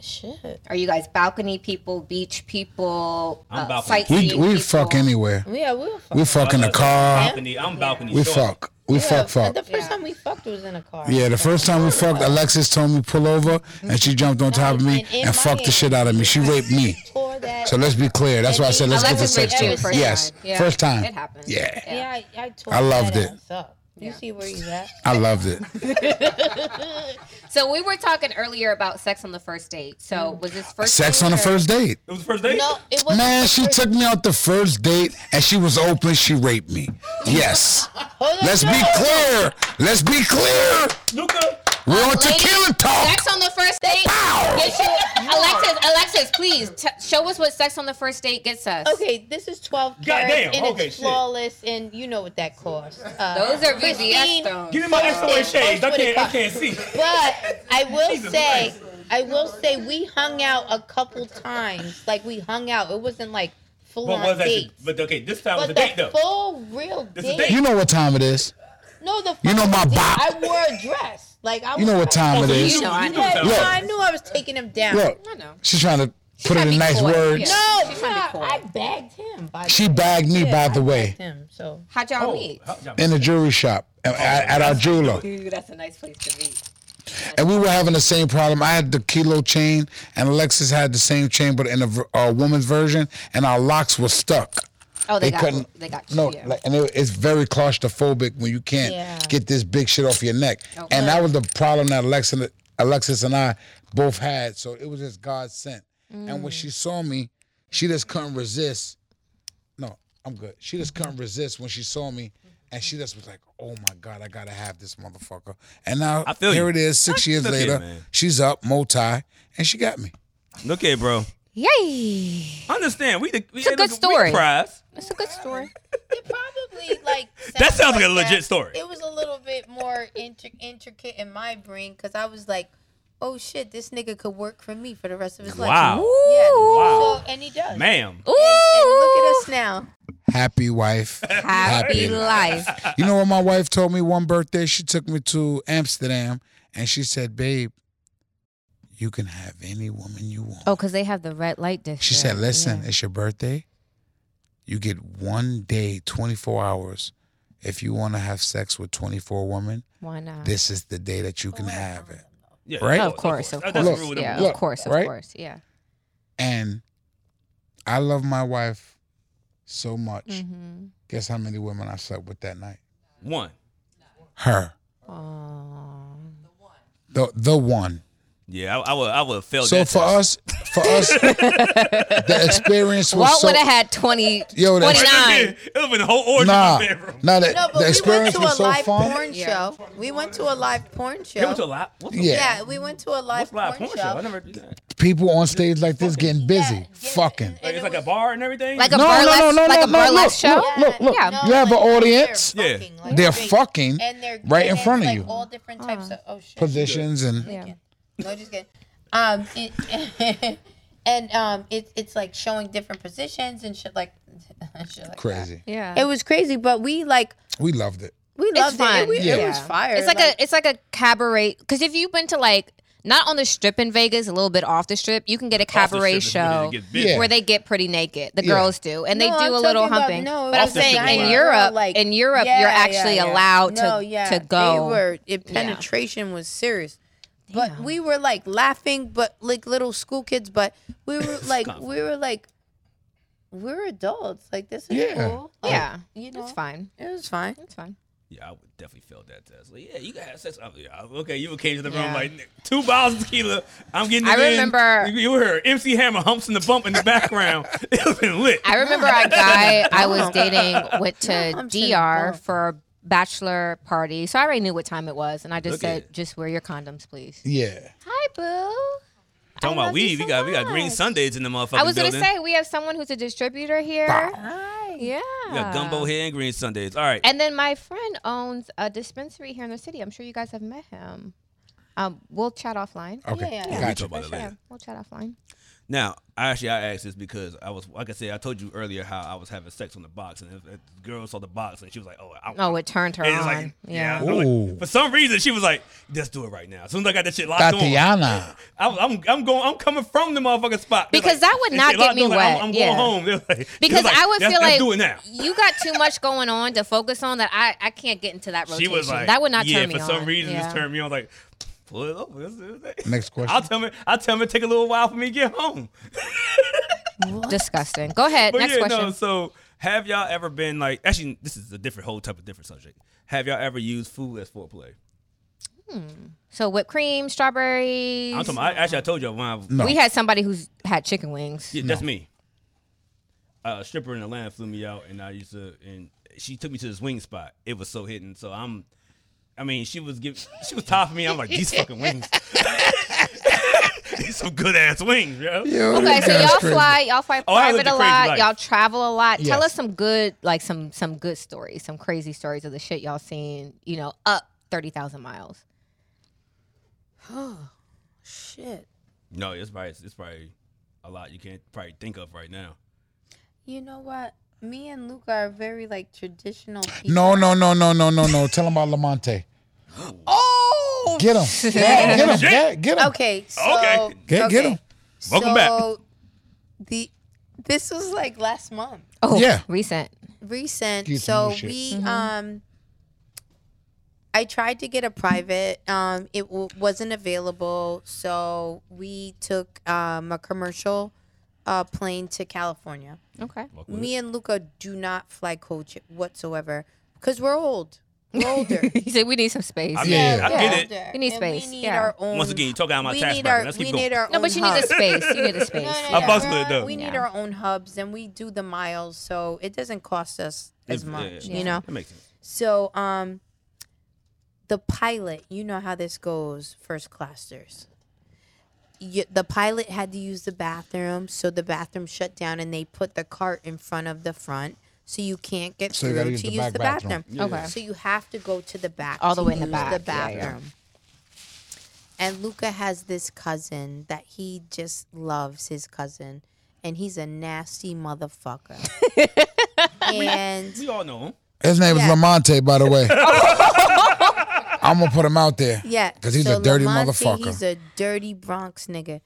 D: Shit.
B: Are you guys balcony people, beach people,
A: I'm
B: uh,
A: balcony.
C: We
B: sightseeing
C: we
B: people?
C: fuck anywhere.
D: Yeah, we'll fuck.
C: We fuck in the car.
A: Balcony, I'm balcony.
C: We
A: short.
C: fuck. We
D: Yeah,
C: fuck fuck.
D: The first
B: Yeah.
D: time we fucked was in a car.
C: Yeah, the first time we fucked, Alexis told me pull over, and she jumped on top of me
D: and in
C: and fucked
D: Miami.
C: the shit out of me. She raped me.
D: Tore that.
C: So let's be clear. That's why I said let's get the
B: Alexis
C: sex
B: raped you
C: talk.
B: first
C: Yes,
B: time. Yeah.
C: first time.
B: It happens.
C: Yeah.
D: yeah, I, I tore.
C: I loved
D: that
C: it.
D: ass up. You see where he's at?
C: I loved it.
B: So we were talking earlier about sex on the first date. So was this first
C: Sex
B: date
C: on the
B: or-
C: first date.
A: It was the first date.
D: No, it was.
C: Man, she took me out the first date, and she was open. She raped me. Yes. Let's be clear. Let's be clear.
A: Luca.
C: We're on tequila talk.
B: Sex on the first date. Get you, Alexis, Alexis, please t- show us what sex on the first date gets us.
D: Okay, this is 12
A: Goddamn,
D: carats and
A: okay,
D: it's
A: shit.
D: flawless, and you know what that costs. Uh,
B: Those are
D: Christine,
B: VVS stones.
A: Give me my extra
D: Fuck
A: way
D: it.
A: shades. I
D: Fuck it.
A: can't. I can't see.
D: but I will
A: Jesus
D: say,
A: Christ.
D: I will say, we hung out a couple times. Like we hung out. It wasn't like full
A: What
D: on
A: was that?
D: dates.
A: But okay, this time was
D: But
A: a date
D: the
A: though.
D: full real
A: It's a
D: date.
A: date.
C: You know what time it is.
D: No, the
C: You know my
D: fucking date.
C: bop.
D: I wore a dress. Like I.
C: You know
D: was
C: what time it
A: so
C: is.
B: You know I
A: knew
B: know.
A: it was
D: Yeah,
A: out.
C: Look.
D: I knew I was taking him down.
C: Look,
B: I know.
C: she's trying to put it
B: trying to
C: in
B: be
C: nice
B: coy.
C: words.
B: Yeah.
D: No,
B: She's
D: no,
B: trying to be cool.
D: I bagged him. By
C: She bagged me, by the way,
D: him. So
B: How'd y'all
A: Oh,
B: meet?
A: how- y'all-
C: in the jewelry shop at, at our jeweler.
B: Ooh, that's a nice place to meet.
C: And we were having the same problem. I had the kilo chain, and Alexis had the same chain, but in a v- a woman's version, and our locks were stuck.
B: Oh, they,
C: They
B: got
C: couldn't-
B: they got
C: No,
B: you.
C: like, and it, it's very claustrophobic when you can't
D: Yeah.
C: get this big shit off your neck. And that was the problem that Alexis, Alexis and I both had. So it was just God sent. And when she saw me, she just couldn't resist. No, I'm good. She just couldn't resist when she saw me. And she just was like, oh my God, I gotta have this motherfucker. And now
A: I feel
C: here
A: you.
C: it is, six years
A: look here,
C: later,
A: man.
C: she's up, multi, and she got me.
A: Look at it, bro.
B: Yay!
A: Understand? We the we,
B: a good
A: look, we
B: story.
A: prize.
B: That's a good story.
D: it probably like
A: That sounds like a
D: that.
A: legit story.
D: It was a little bit more intri- intricate in my brain because I was like, oh shit, this nigga could work for me for the rest of his life.
A: Wow.
C: Oh,
D: Yeah.
A: Wow.
D: So and he does.
A: Ma'am.
D: And look at us now.
C: Happy wife.
B: Happy
C: Happy
B: life.
C: You know what my wife told me one birthday? She took me to Amsterdam and she said, Babe, you can have any woman you want.
B: Oh, because they have the red light district.
C: She said, Listen,
B: Yeah.
C: it's your birthday. You get one day, 24 hours. If you want to have sex with 24 women,
B: why not?
C: this is the day that you
B: Oh,
C: can have it.
A: Yeah,
C: Right?
B: of course, of
A: That-
B: course.
A: That's
C: Look,
A: rule number
B: yeah,
A: one.
B: of course, of
C: right?
B: course. Yeah.
C: And I love my wife so much.
B: Mm-hmm.
C: Guess how many women I slept with that night?
A: One.
C: Her.
B: Oh.
C: The, the one.
A: Yeah, I, I would. I would fail.
C: So
A: that
C: for
A: test.
C: us, for us, the experience was
B: Walt
C: so.
B: would have had 20,
C: Yo, that's-
B: 29.
A: It would have been a whole orgy
C: Nah,
A: in my bedroom.
C: nah, the,
D: No, but
C: the
D: we went
C: experience
D: to a
C: was so
D: live
C: fun.
D: porn
B: Yeah.
D: show. We went to a live porn show.
A: It went to a lot. What's a-
C: Yeah.
D: yeah, we went to a
A: What's
D: live
A: a live
D: porn,
A: porn show? I never did that.
C: People on stage like this getting busy,
D: yeah,
C: fucking.
A: Like,
D: it
A: it's like a
D: was-
A: bar and everything.
B: Like a burlesque, like a burlesque
C: look,
B: show.
C: Look, look, look.
B: Yeah.
C: you have
D: like,
C: an
D: they're
C: audience.
A: Yeah.
D: fucking, like,
C: They're
D: straight.
C: fucking
D: and they're
C: right in
D: and
C: front of
D: it's,
C: you.
D: like, All different types of oh shit.
C: positions and
B: Yeah.
D: No, just kidding. Um, it, and um, it, it's like showing different positions and shit like, shit like
C: crazy.
B: Yeah.
D: that. It was crazy, but we like
C: We loved it.
D: we
B: It's
D: loved
B: fun.
D: it. It, we- it
C: Yeah.
D: was fire.
B: It's like, a it's like a cabaret because if you've been to like not on the strip in Vegas, a little bit off the strip, you can get a
A: Off the strip
B: cabaret
A: is
B: show
A: when it gets busy.
C: Yeah.
B: where they get pretty naked. The
C: Yeah.
B: girls do, and
D: No,
B: they do
D: I'm
B: a
D: talking
B: little
D: about-
B: humping.
D: no, it
B: but I'm
D: was
B: saying
A: giant
B: in
A: girl,
B: Europe,
D: like-
B: in Europe,
D: Yeah,
B: you're
D: yeah,
B: actually
D: yeah.
B: allowed to
D: No, yeah.
B: to go.
D: They were it,
B: Yeah.
D: penetration was serious. But we were like laughing, but like little school kids. But we were like, we were like, we're adults. Like this is
C: Yeah.
D: cool. Like,
B: yeah,
D: you know,
B: it's fine.
D: It was fine.
B: It's fine.
A: Yeah, I would definitely fail that test. Like, yeah, you gotta have sex. I'm, yeah, okay, you came to the room
B: Yeah.
A: like "Nick, two bottles of tequila. I'm getting.
B: I
A: it in."
B: remember-
A: you, you heard MC Hammer humps in the bump in the background. it was been lit.
B: I remember a guy I was dating went
D: No,
B: to
D: I'm saying
B: DR
D: bump.
B: for a bachelor party, so I already knew what time it was, and I just
A: Look at
B: said,
A: it.
B: "Just wear your condoms, please."
C: Yeah.
B: Hi, boo.
A: Talking
B: I
A: about
B: love you
A: weed,
B: so
A: we got we got green
B: much.
A: Sundays in the motherfucking
B: I was
A: building.
B: gonna say we have someone who's a distributor here.
D: Hi.
B: Yeah.
A: we got gumbo here and green Sundays. All right,
B: And then my friend owns a dispensary here in the city. I'm sure you guys have met him. Um, we'll chat offline.
C: Okay.
D: Yeah, yeah.
A: we'll
C: Gotcha.
A: talk about it
D: sure.
A: later.
B: We'll chat offline.
A: Now, I actually I asked this because I was like I said I told you earlier how I was having sex on the box and if, if the girl saw the box and she was like, oh, I,
B: Oh, it turned her
A: And
B: on.
A: it's like, yeah.
B: yeah.
A: I'm like-
C: Ooh.
A: for some reason she was like, let's do it right now. As soon as I got that shit locked on,
C: Tatiana.
A: I'm, I'm I'm going I'm coming from the motherfucking spot They're
B: Because
A: like-
B: that would
A: and
B: not
A: shit
B: get
A: locked
B: me
A: on, like, I'm,
B: wet.
A: I'm
B: Yeah.
A: going home. They're like- she
B: Because
A: was like,
B: I would
A: let's,
B: feel
A: let's
B: like
A: do it now.
B: you got too much going on to focus on that I, I can't get into that rotation.
A: She was like,
B: that would not
A: yeah,
B: turn me
A: for
B: on.
A: some reason
B: yeah.
A: this turned me on. Like, pull it over. Let's do it.
C: Next question.
A: I'll tell me. I'll tell me. It take a little while for me to get home.
B: Disgusting. Go ahead.
A: But
B: Next
A: yeah,
B: question.
A: no, so have y'all ever been like actually this is a different whole type of different subject. Have y'all ever used food as foreplay?
B: So whipped cream, strawberries.
A: I'm talking I, actually I told y'all when I was
C: No.
B: We had somebody who's had chicken wings.
A: yeah, that's me. Uh, a stripper in Atlanta flew me out and I used to and she took me to this wing spot. It was so hidden. So I'm I mean, she was giving she was topping me. I'm like, these fucking wings. these some good ass wings, yo.
C: Yo,
B: Okay,
C: this
B: so
C: guy's
B: y'all
C: crazy.
B: fly, y'all fly
A: Oh, I lived
B: private
A: a
B: a
A: crazy
B: lot,
A: life.
B: y'all travel a lot. Tell
C: Yes.
B: us some good, like some some good stories, some crazy stories of the shit y'all seen. You know, up thirty thousand miles.
D: Shit.
A: No, it's probably it's probably a lot you can't probably think of right now.
D: You know what? Me and Luca are very like traditional people.
C: No, no, no, no, no, no, no. Tell him about Lamonte.
D: Oh.
C: Get him. Get him. Get, get him.
D: Okay. So,
A: Okay.
C: Get- get 'em.
A: Welcome
D: so The this was like last month,
B: Oh,
C: Yeah.
B: recent.
D: recent.
C: Get some
D: so
C: more shit.
D: we
B: Mm-hmm.
D: um. I tried to get a private. Um, it w- wasn't available, so we took um, a commercial uh, plane to California.
B: Okay.
A: Fuck with it.
D: Me and Luca do not fly coach whatsoever because we're old. We're older.
B: he said we need some space.
A: I mean,
C: Yeah.
A: I get it.
D: Older.
B: We need
D: And
B: space,
D: We need
B: yeah.
D: our own.
A: Once again, you talk out of my
D: we
A: tax
D: need
A: bracket.
D: our,
A: Let's
D: we
A: keep going.
D: need our
B: no,
D: own
B: but you need
D: hub.
B: a space. You need a space.
D: No, no,
A: I
D: no,
A: fucks
D: we're-
A: with it, though.
D: We need
B: Yeah.
D: our own hubs and we do the miles, so it doesn't cost us as
A: Yeah,
D: much,
A: yeah, yeah.
D: you know.
A: That makes sense.
D: So, um, the pilot, you know how this goes, first classers. You, the pilot had to use the bathroom, so the bathroom shut down, and they put the cart in front of the front, so you can't get
C: So you
D: through
C: gotta
D: to
C: use
D: use
C: the
D: the,
C: back bathroom.
D: bathroom.
B: Okay.
D: So you have to go to the back,
B: All the
D: to
B: way in Mm-hmm. the
D: use
B: back.
D: the
B: Yeah, yeah.
D: bathroom. And Luca has this cousin that he just loves his cousin, and he's a nasty motherfucker. and
A: We all know him.
C: His name
D: Yeah.
C: is Lamonte, by the way. I'm gonna put him out there.
D: yeah,
C: Because he's a dirty
D: Lamonte,
C: motherfucker.
D: He's a dirty Bronx nigga.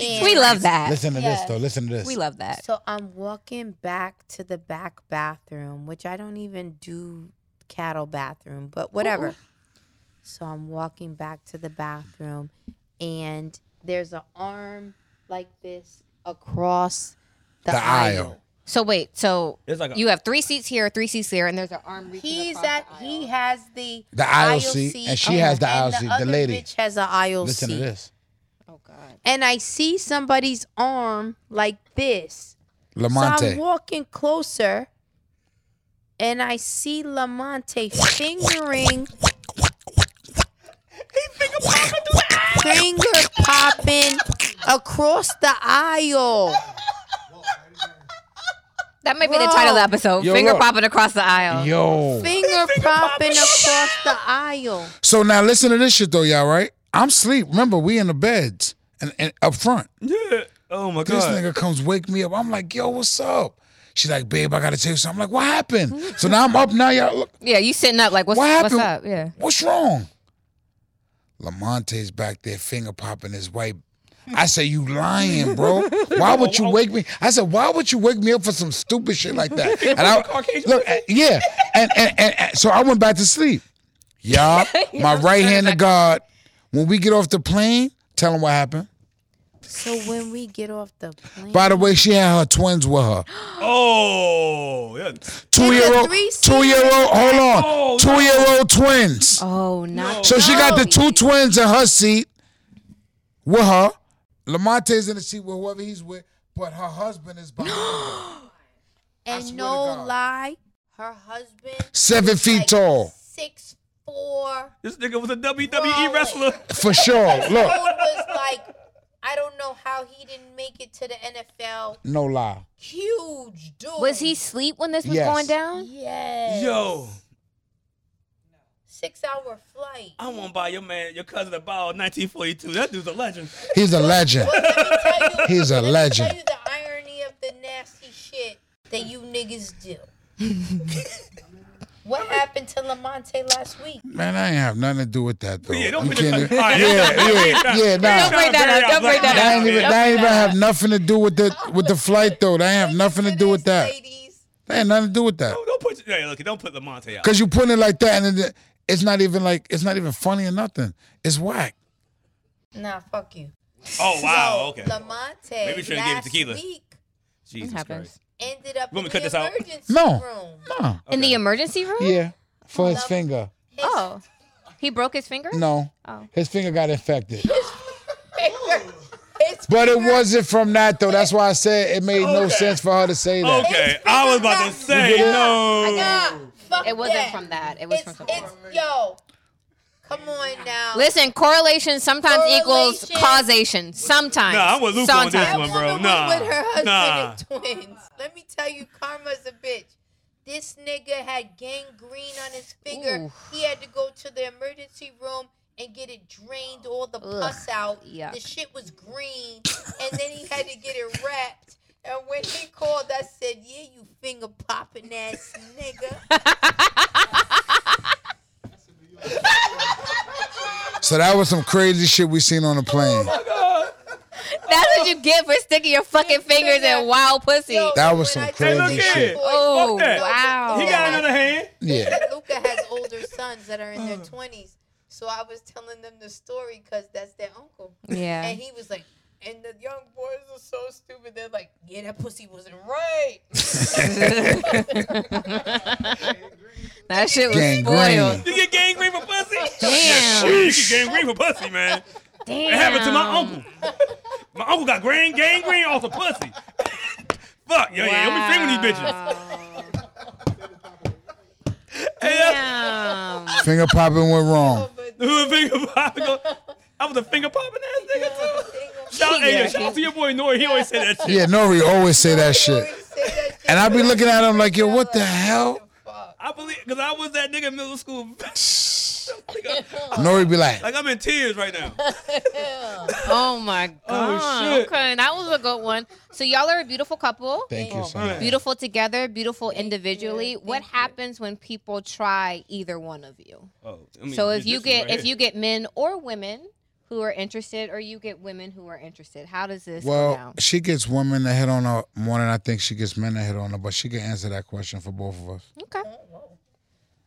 D: And
B: We love that.
C: Listen to this
D: Yeah.
C: though. Listen to this.
B: We love that.
D: So I'm walking back to the back bathroom, which I don't even do cattle bathroom, but whatever. So I'm walking back to the bathroom, and there's an arm like this across the,
C: The aisle.
D: aisle.
B: So wait, so
A: It's like a-
B: you have three seats here, three seats here, and there's an arm reaching
D: He's
B: across
D: at.
B: the aisle.
D: He has the
C: The aisle seat, and she has the
D: and
C: aisle seat, the
D: other
C: lady.
D: bitch has an aisle
C: Listen
D: seat.
C: to this.
B: Oh God.
D: And I see somebody's arm like this. So I'm
C: Lamonte.
D: walking closer, and I see Lamonte fingering. Finger popping across the aisle.
B: That might be the title of the episode.
C: Yo,
B: Finger
C: look.
B: popping across the aisle.
C: Yo.
D: Finger popping across the aisle.
C: So now listen to this shit though, y'all. Right? I'm sleep. Remember, we in the beds and, and up front.
A: Yeah. Oh my
C: This
A: god.
C: nigga comes wake me up. I'm like, yo, what's up? She like, babe, I gotta tell you something. I'm like, what happened? So now I'm up now, y'all. Look,
B: Yeah, you sitting up like what's
C: What
B: what's
C: happened?
B: up? Yeah.
C: What's wrong? Lamonte's back there finger popping his wife. I say, you lying, bro. Why would you wake me? I said, why would you wake me up for some stupid shit like that? And I
A: Caucasian
C: look, uh, yeah, and and, and and so I went back to sleep. Y'all, my right hand to God. When we get off the plane, tell him what happened.
D: So when we get off the plane,
C: By the way, she had her twins with her.
A: Oh. Yeah.
C: Two year old,
D: threesome.
C: two year old. Hold on,
A: Oh,
C: two year old twins.
B: Oh, not
C: So she got the two twins in her seat with her. Lamonte's in the seat with whoever he's with, but her husband is behind her. swear to
D: And no
C: God.
D: lie, her husband
C: Seven feet
D: like,
C: tall.
D: six four.
A: This nigga was a WWE
D: Whoa.
A: wrestler.
C: For sure.
D: Dude
C: Look,
D: was like, I don't know how he didn't make it to the NFL.
C: no lie.
D: Huge dude.
B: Was he asleep when this was
C: Yes.
B: going down?
D: Yes.
A: Yo,
D: Six hour flight.
A: I want to buy your man, your cousin a bottle of 1942. That dude's a legend.
C: He's a legend.
D: Let me tell you-
C: He's a
D: let me
C: legend.
D: Tell you the irony of the nasty shit that you niggas do. what happened to Lamonte last week?
C: Man, I ain't have nothing to do with that though.
A: Yeah, don't
C: You
A: put
C: can't
A: the
C: even-
A: All right,
C: yeah, yeah, yeah. Nah,
B: Don't bring that up. Don't bring that
C: that ain't
B: up.
C: even that ain't even have nothing to do with the with the flight though. That ain't have nothing to do with that.
D: Ladies,
C: That ain't nothing to do with that.
A: Don't, don't put. Hey, look, don't put Lamonte out.
C: Cause you putting it like that, and it, it's not even like it's not even funny or nothing. It's whack.
D: nah, fuck you.
A: Oh wow. Okay.
D: Lamonte
A: Maybe we shouldn't give him
D: last
A: tequila.
D: week
A: Jesus
B: happens.
A: Christ.
D: ended up
A: You want me
D: in the
A: to cut this out?
D: emergency
C: No.
D: room.
C: Nah.
B: In the emergency room?
C: Yeah, for his finger.
D: His
B: Oh. He broke his finger?
C: No,
B: Oh.
C: his finger got infected.
D: finger- his
C: But it
D: finger-
C: wasn't from that though. That's why I said it made no
A: Okay.
C: sense for her to say that.
A: Okay, I was about to say
C: You get it?
A: no.
D: Nah, fuck
B: It wasn't
D: that.
B: from that. It was
D: It's-
B: from something. else.
D: it's- Yo, come on now.
B: Listen, correlation sometimes equals
D: Correlation.
B: causation. Sometimes.
A: Nah, I'm with Luke on this
B: Sometimes.
A: one.
D: That
A: bro.
D: woman
A: Nah.
D: was with her husband
A: Nah.
D: and twins. Let me tell you, karma's a bitch. This nigga had gangrene on his finger.
B: Ooh.
D: He had to go to the emergency room and get it drained, all the pus out.
B: yuck.
D: The shit was green, and then he had to get it wrapped. And when he called, I said, "Yeah, you finger popping ass nigga."
C: So that was some crazy shit we seen on the plane.
B: That's what you get for sticking your fucking fingers in wild pussy.
D: Yo,
C: That was some
D: when I tell you
A: crazy
D: my
A: shit.
D: boy-
B: Oh,
A: that.
B: wow.
A: He got another hand.
C: Yeah.
D: Luca has older sons that are in
A: Mm.
D: their twenties, so I was telling them the story because that's their uncle,
B: Yeah.
D: and he was like, "And the young boys are so stupid. They're like, yeah, that pussy wasn't right.
B: That shit was
C: Gangrene.
B: spoiled.
A: You get gangrene for pussy.
B: Damn.
A: You get gangrene for pussy, man.
B: Damn.
A: It happened to my uncle. My uncle got grain gangrene off the pussy. Fuck, yo, yeah, yeah, let me finger these bitches. Hey, that's-
B: Damn.
C: Finger popping went wrong.
D: But
A: Who a finger popping? I was a finger popping ass nigga too. Shout, hey, yo, shout out to your boy Nori. He always said that shit.
C: Yeah, Nori always say that shit. And I
D: will
C: be looking at him like, yo, what the hell?
A: I believe, cause I was that nigga in middle school.
C: Nori be like,
A: Like I'm in tears right now.
B: Oh my god.
A: shit.
B: Okay, that was a good one. So y'all are a beautiful couple.
C: thank you so much.
B: Beautiful together, beautiful individually. What happens when people try either one of you?
A: Oh, I mean,
B: so if
A: this
B: you
A: is
B: get
A: right
B: if
A: here.
B: you get men or women who are interested or you get women who are interested, how does this go
C: Well,
B: down?
C: she gets women to hit on her more than I think she gets men to hit on her, but she can answer that question for both of us.
B: Okay.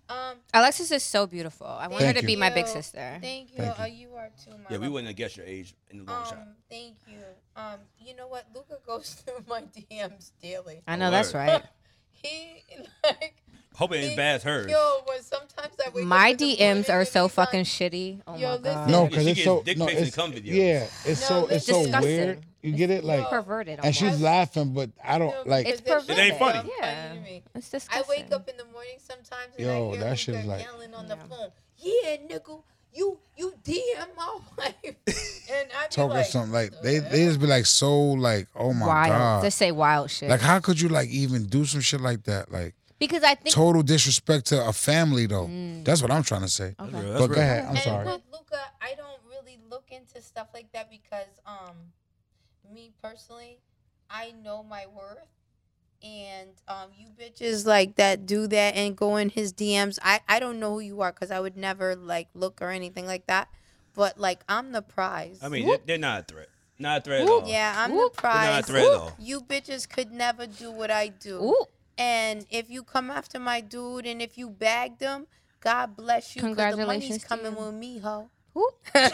D: Um,
B: Alexis is so beautiful. I want her
C: Thank
B: to
C: you.
B: be my big
D: Yo,
B: sister.
D: thank you.
C: Thank
D: Uh, you are too, my
A: yeah, we
D: love.
A: wouldn't have guessed your age in the long
D: Um,
A: shot.
D: thank you. Um, you know what? Luca goes through my DMs daily.
B: I know that's
A: Word.
B: right.
D: He like
A: Hope it ain't bad as hers.
D: Yo, when sometimes I wake
B: My
D: up in the
B: DMs
D: morning
B: are
D: and
B: so
D: he's
B: fucking
D: like,
B: shitty. Oh
D: Yo,
B: my god.
D: listen.
C: No,
A: She
C: because it's
A: gets
C: so
A: dick
C: no,
A: pics and
C: it's,
A: cum videos.
C: yeah, it's
D: No,
C: so it's
D: it's
C: so
B: disgusting.
C: weird. You get it, like,
B: perverted. oh
C: and she's
B: almost.
C: laughing, but I
D: "No,
C: don't like.
B: It's
D: because that
A: It ain't
D: shit's
A: funny.
D: so
B: Yeah.
D: funny to me."
B: It's
D: I
B: disgusting.
D: wake up in the morning sometimes and
C: Yo,
D: I hear
C: that
D: Luca
C: shit is like-
D: yelling on the phone. Yeah, nigga, you you DM my wife, and I be
C: Talking
D: like,
C: something like they they just be like so like oh my
B: wild.
C: god
B: Just say wild shit.
C: like how could you like even do some shit like that like
B: because I think Mm.
C: total disrespect to a family though that's what I'm trying to say
A: That's real, that's
C: but go
A: real.
C: ahead I'm
D: and
C: sorry
D: with Luca, I don't really look into stuff like that because, um, me personally, I know my worth, and um, you bitches like that do that and go in his DMs. I I don't know who you are because I would never like look or anything like that. But like, I'm the prize.
A: I mean, they're, they're not a threat. Not a threat at all.
D: yeah, I'm
B: Whoop.
D: the
A: They're not
D: prize.
A: a threat at all.
D: You bitches could never do what I do.
B: Ooh,
D: And if you come after my dude, and if you bag them, God bless you. 'cause the money's
B: Congratulations to
D: coming
B: you.
D: with me, ho.
B: Ooh.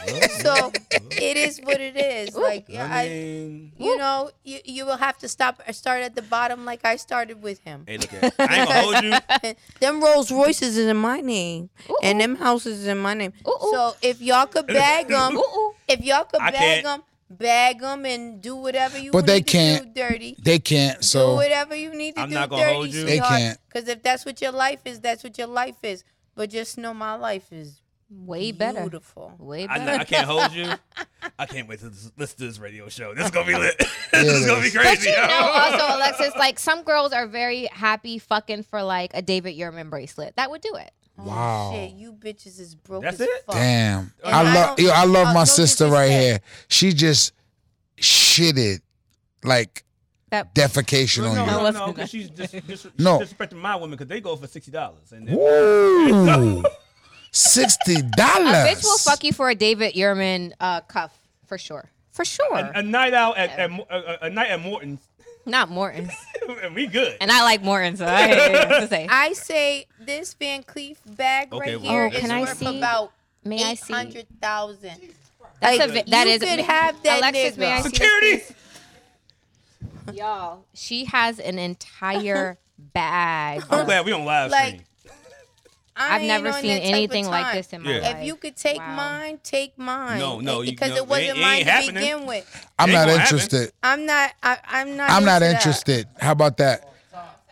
D: So it is what it is. Like yeah,
A: I
D: I,
A: mean,
D: you know, you you will have to stop uh, start at the bottom like I started with him.
A: hey, look at I ain't gonna hold you.
D: them Rolls Royces is in my name,
B: Ooh,
D: and them houses is in my name.
B: Ooh, ooh.
D: So if y'all could bag them,
B: Ooh, ooh.
D: if y'all could
A: I
D: bag
A: can't.
D: them, bag them and do whatever you.
C: But they
D: need to do,
C: can't.
D: dirty.
C: They can't.
D: do
C: So
D: whatever you need to
A: I'm
D: do.
A: not gonna
D: dirty,
A: hold you.
C: They can't.
D: Because if that's what your life is, that's what your life is. But just know my life is
B: Way better.
D: Beautiful.
B: Way
A: I,
B: better.
A: know, I can't hold you. I can't wait to this, listen to this radio show. This is gonna be lit. this
C: it
A: is gonna be
C: is.
A: crazy.
B: But you
A: yo.
B: know, also Alexis, like some girls are very happy fucking for like a David Yurman bracelet. That would do it.
C: Wow.
D: Oh, Shit, you bitches is broke
A: That's
D: as
A: it?
D: fuck.
C: damn,
D: And
C: I
D: I
C: love
D: don't-
C: yo, I love
D: uh,
C: my
D: no
C: sister right here.
D: disrespect.
C: She just shitted like
B: That
C: defecation
A: no,
C: on
A: no,
C: you.
A: no,
B: Let's do
A: because she's dis- dis-
C: No.
A: disrespecting my women because they go for sixty dollars. And then-
C: Woo! Sixty
B: a
C: dollars.
B: bitch will fuck you for a David Yurman uh, cuff for sure. For sure.
A: a night out at, at Mo- a, a- a night at Morton's,
B: Not Morton's.
A: and we good.
B: And I like Morton's. So I, yeah, to say.
D: I say this Van Cleef bag
A: Okay,
D: right
A: well,
D: here
A: Oh,
D: is
A: can I
D: worth
B: see?
D: about
B: May I
D: eight
B: see?
D: hundred thousand.
B: That's
D: Like,
B: a vi- that
D: you
B: is-
D: could have that
B: Alexis, may I
D: nigga.
B: see-
A: Security.
B: Y'all, she has an entire bag.
A: I'm glad we don't live
D: Like,
A: stream.
D: I
B: I've
D: ain't
B: never
D: on
B: seen
D: that type of
B: anything like
D: time.
B: this in my
A: Yeah.
B: life.
D: If you could take
B: Wow.
D: mine, take mine.
A: No, no,
D: It-
A: you-
D: because
A: no,
D: it
A: it ain't-
D: wasn't mine
A: ain't
D: to
A: happening.
D: begin with.
C: I'm
A: Ain't
C: not
A: gonna happen.
C: interested.
D: I'm not. I, I'm not.
C: I'm not
D: into that.
C: interested. How about that?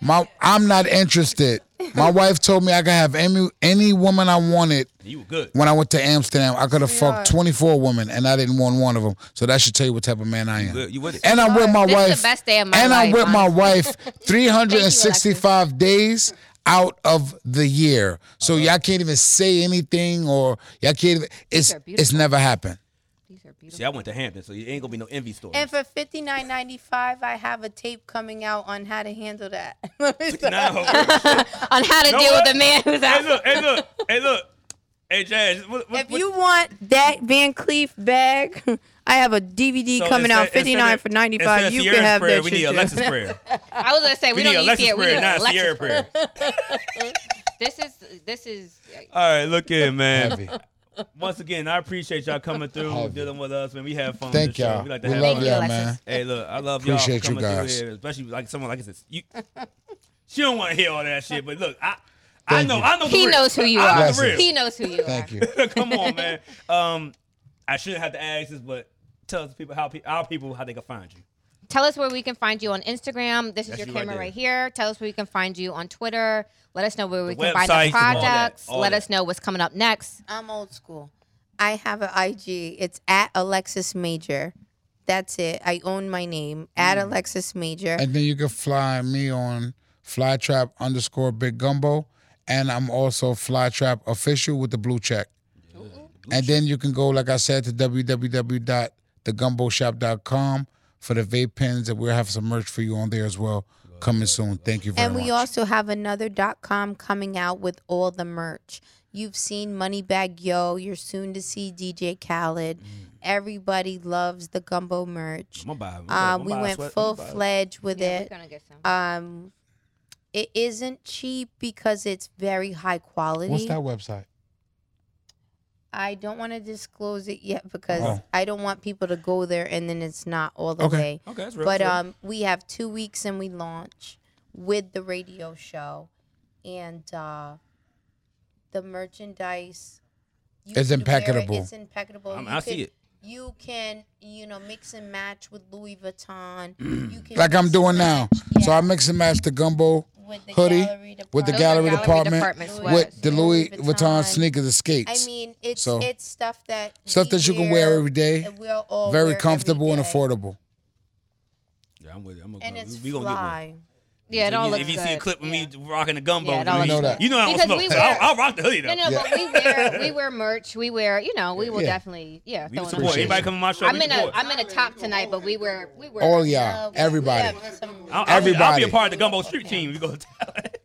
C: My I'm not interested. My wife told me I could have any any woman I wanted
A: You were good.
C: when I went to Amsterdam. I could have
D: Sweetheart.
C: fucked 24 women and I didn't want one of them. So that should tell you what type of man I am.
A: Good. You with it?
C: And I'm with my
B: This is
C: wife.
B: the best day of my
C: and I'm
B: life,
C: with my
B: honestly.
C: wife 365 days out of the year. So
A: Uh-huh.
C: y'all can't even say anything or y'all can't even it's
B: are beautiful.
C: it's never happened.
B: These are beautiful.
A: See, I went to Hampton, so it ain't gonna be no envy story.
D: And for fifty nine ninety five, I have a tape coming out on how to handle that. So-
A: now,
B: On how to
A: Know
B: deal with
A: what?
B: a man who's
A: hey,
B: out.
A: look, hey, look, hey, look, hey, Jazz. What, what,
D: if you want that Van Cleef bag, I have a DVD
A: so
D: coming
A: instead-
D: out fifty nine
A: instead of-
D: for ninety
A: instead
D: five.
A: of
D: You can
A: Sierra's
D: have
A: prayer,
D: that
A: We
D: shit
A: need
D: too.
A: Alexis prayer.
B: I was gonna say we,
A: We
B: don't
A: need
B: need
A: Alexis
B: Sierra. We need
A: prayer, not
B: Alexis
A: Sierra prayer.
B: This is this is
A: All right, look here, man.
C: Heavy.
A: Once again, I appreciate y'all coming through,
C: Heavy.
A: dealing with us, man. We have fun. on
C: Thank
A: this show.
C: y'all.
A: We
C: We,
A: like to have
C: love
A: fun.
B: you,
C: y'all,
B: Alexis.
C: man.
A: Hey, look, I love y'all
C: Appreciate
A: for
C: you
A: coming
C: guys.
A: through here, especially like someone like this. You, she don't want to hear all that shit, but look, I, I
C: Thank
A: know,
C: you.
A: I know. the
B: he
A: real.
B: knows who you
A: I know
B: are.
A: the real.
B: He knows who you are.
C: Thank you.
A: Come on, man. Um, I shouldn't have to ask this, but tell us people how pe- our people how they can find you.
B: Tell us where we can find you on Instagram. This is
A: That's
B: your
A: you right
B: camera
A: there.
B: right here. Tell us where we can find you on Twitter. Let us know where we
A: The
B: can find
A: websites
B: the
A: and all that,
B: products.
A: all
B: Let
A: that.
B: us know what's coming up next.
D: I'm old school. I have an IG. It's at Alexis Major. That's it. I own my name at
A: Hmm.
D: Alexis Major.
C: And then you can fly me on flytrap underscore big gumbo. And I'm also flytrap official with the blue check. And then you can go, like I said, to www.thegumboshop.com for the vape pens. And we'll have some merch for you on there as well coming soon. Thank you very
D: and we
C: much.
D: also have another dot com coming out with all the merch. You've seen Moneybag Yo. You're soon to see DJ Khaled.
C: Mm.
D: Everybody loves the gumbo merch.
A: I'm gonna buy. I'm gonna-
D: Uh,
A: I'm gonna
D: we
A: buy a
D: went
A: sweat.
D: full
A: I'm gonna buy-
D: fledged with
B: Yeah, we're
D: it.
B: gonna get some.
D: Um, it isn't cheap because it's very high quality.
C: What's that website?
D: I don't want to disclose it yet because
C: Oh.
D: I don't want people to go there and then it's not all the
C: Okay.
D: way.
A: Okay, that's real.
D: But
A: That's real.
D: um, we have two weeks and we launch with the radio show and uh, the merchandise. You
C: It's
D: could wear it,
C: impeccable.
D: It's impeccable.
A: I'm-
D: You
A: I see
D: could-
A: it.
D: You can, you know, mix and match with Louis Vuitton. you can
C: Like I'm
D: mix
C: doing
D: and
C: now.
D: match,
C: So
D: yeah,
C: I mix and match the gumbo
D: with the
C: hoodie,
D: gallery
C: with the
D: department.
B: Those are
C: gallery,
B: gallery
C: department,
B: department sweats.
C: with the Louis Vuitton sneakers and
D: I
C: skates.
D: mean, it's
C: So-
D: it's stuff that
C: Stuff
D: we
C: that you can wear every day.
D: and We'll all wear
C: Very
D: every
C: comfortable and
D: day.
C: affordable.
A: yeah, I'm with it. I'm gonna,
D: And it's
A: Uh, we, we gonna get one.
D: fly.
B: yeah, it all
A: if you,
B: looks
A: if you
B: good.
A: see a clip of
B: Yeah.
A: me rocking the gumbo,
B: Yeah, it all
A: you,
C: looks
A: know
C: good.
A: that. You know I don't
B: Because
A: smoke.
B: we
A: so
B: wear-
A: I'll, I'll rock the hoodie though.
B: No, no, but we wear we wear merch. We wear, you know, we will
C: Yeah.
B: definitely, yeah.
A: We
B: throw in a
A: support
B: few.
A: anybody coming to my show.
B: I'm
A: we
B: in a
A: support.
B: I'm in a top tonight, but we wear we wear.
C: All
D: Uh,
C: y'all,
D: we- we
C: Oh, everybody,
D: have some-
A: I'll, I'll be- I'll be a
C: Everybody.
A: part of the gumbo street team. We go.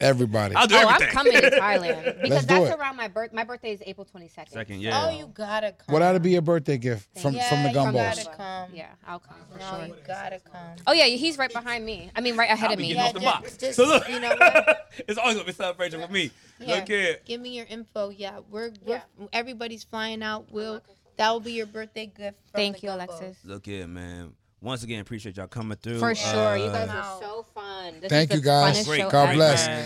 C: everybody.
A: I'll do
B: Oh,
A: everything.
B: I'm coming to Thailand because
C: Let's do
B: that's
C: it.
B: around my birth. My birthday is April
A: Second,
B: 22nd. so-
A: yeah.
D: Oh, you gotta come.
C: What ought to be your birthday gift from
D: Yeah,
C: from the
D: you
C: gumbos?
D: gotta come.
B: Yeah, I'll come for
D: No,
B: sure.
D: you gotta come.
B: Oh yeah, he's right behind me. I mean, right ahead
A: I'll
B: of
A: be
B: me.
A: getting off the
D: Yeah, just-
A: box.
D: just,
A: so look,
D: you know what?
A: it's always gonna be celebration with me.
D: Yeah.
A: Look here.
D: Give me your info. Yeah, we're, we're everybody's flying out. We'll That will be your birthday gift. From
B: Thank
D: the
B: you,
D: gumbo.
B: Alexis.
A: Look here, man. Once again, appreciate y'all coming through.
B: For sure. You
A: Uh,
B: guys
D: Uh,
B: are so fun. This
C: Thank
B: is
C: you
B: the
C: guys.
B: funnest
A: Great
B: show
C: God
B: ever.
C: bless.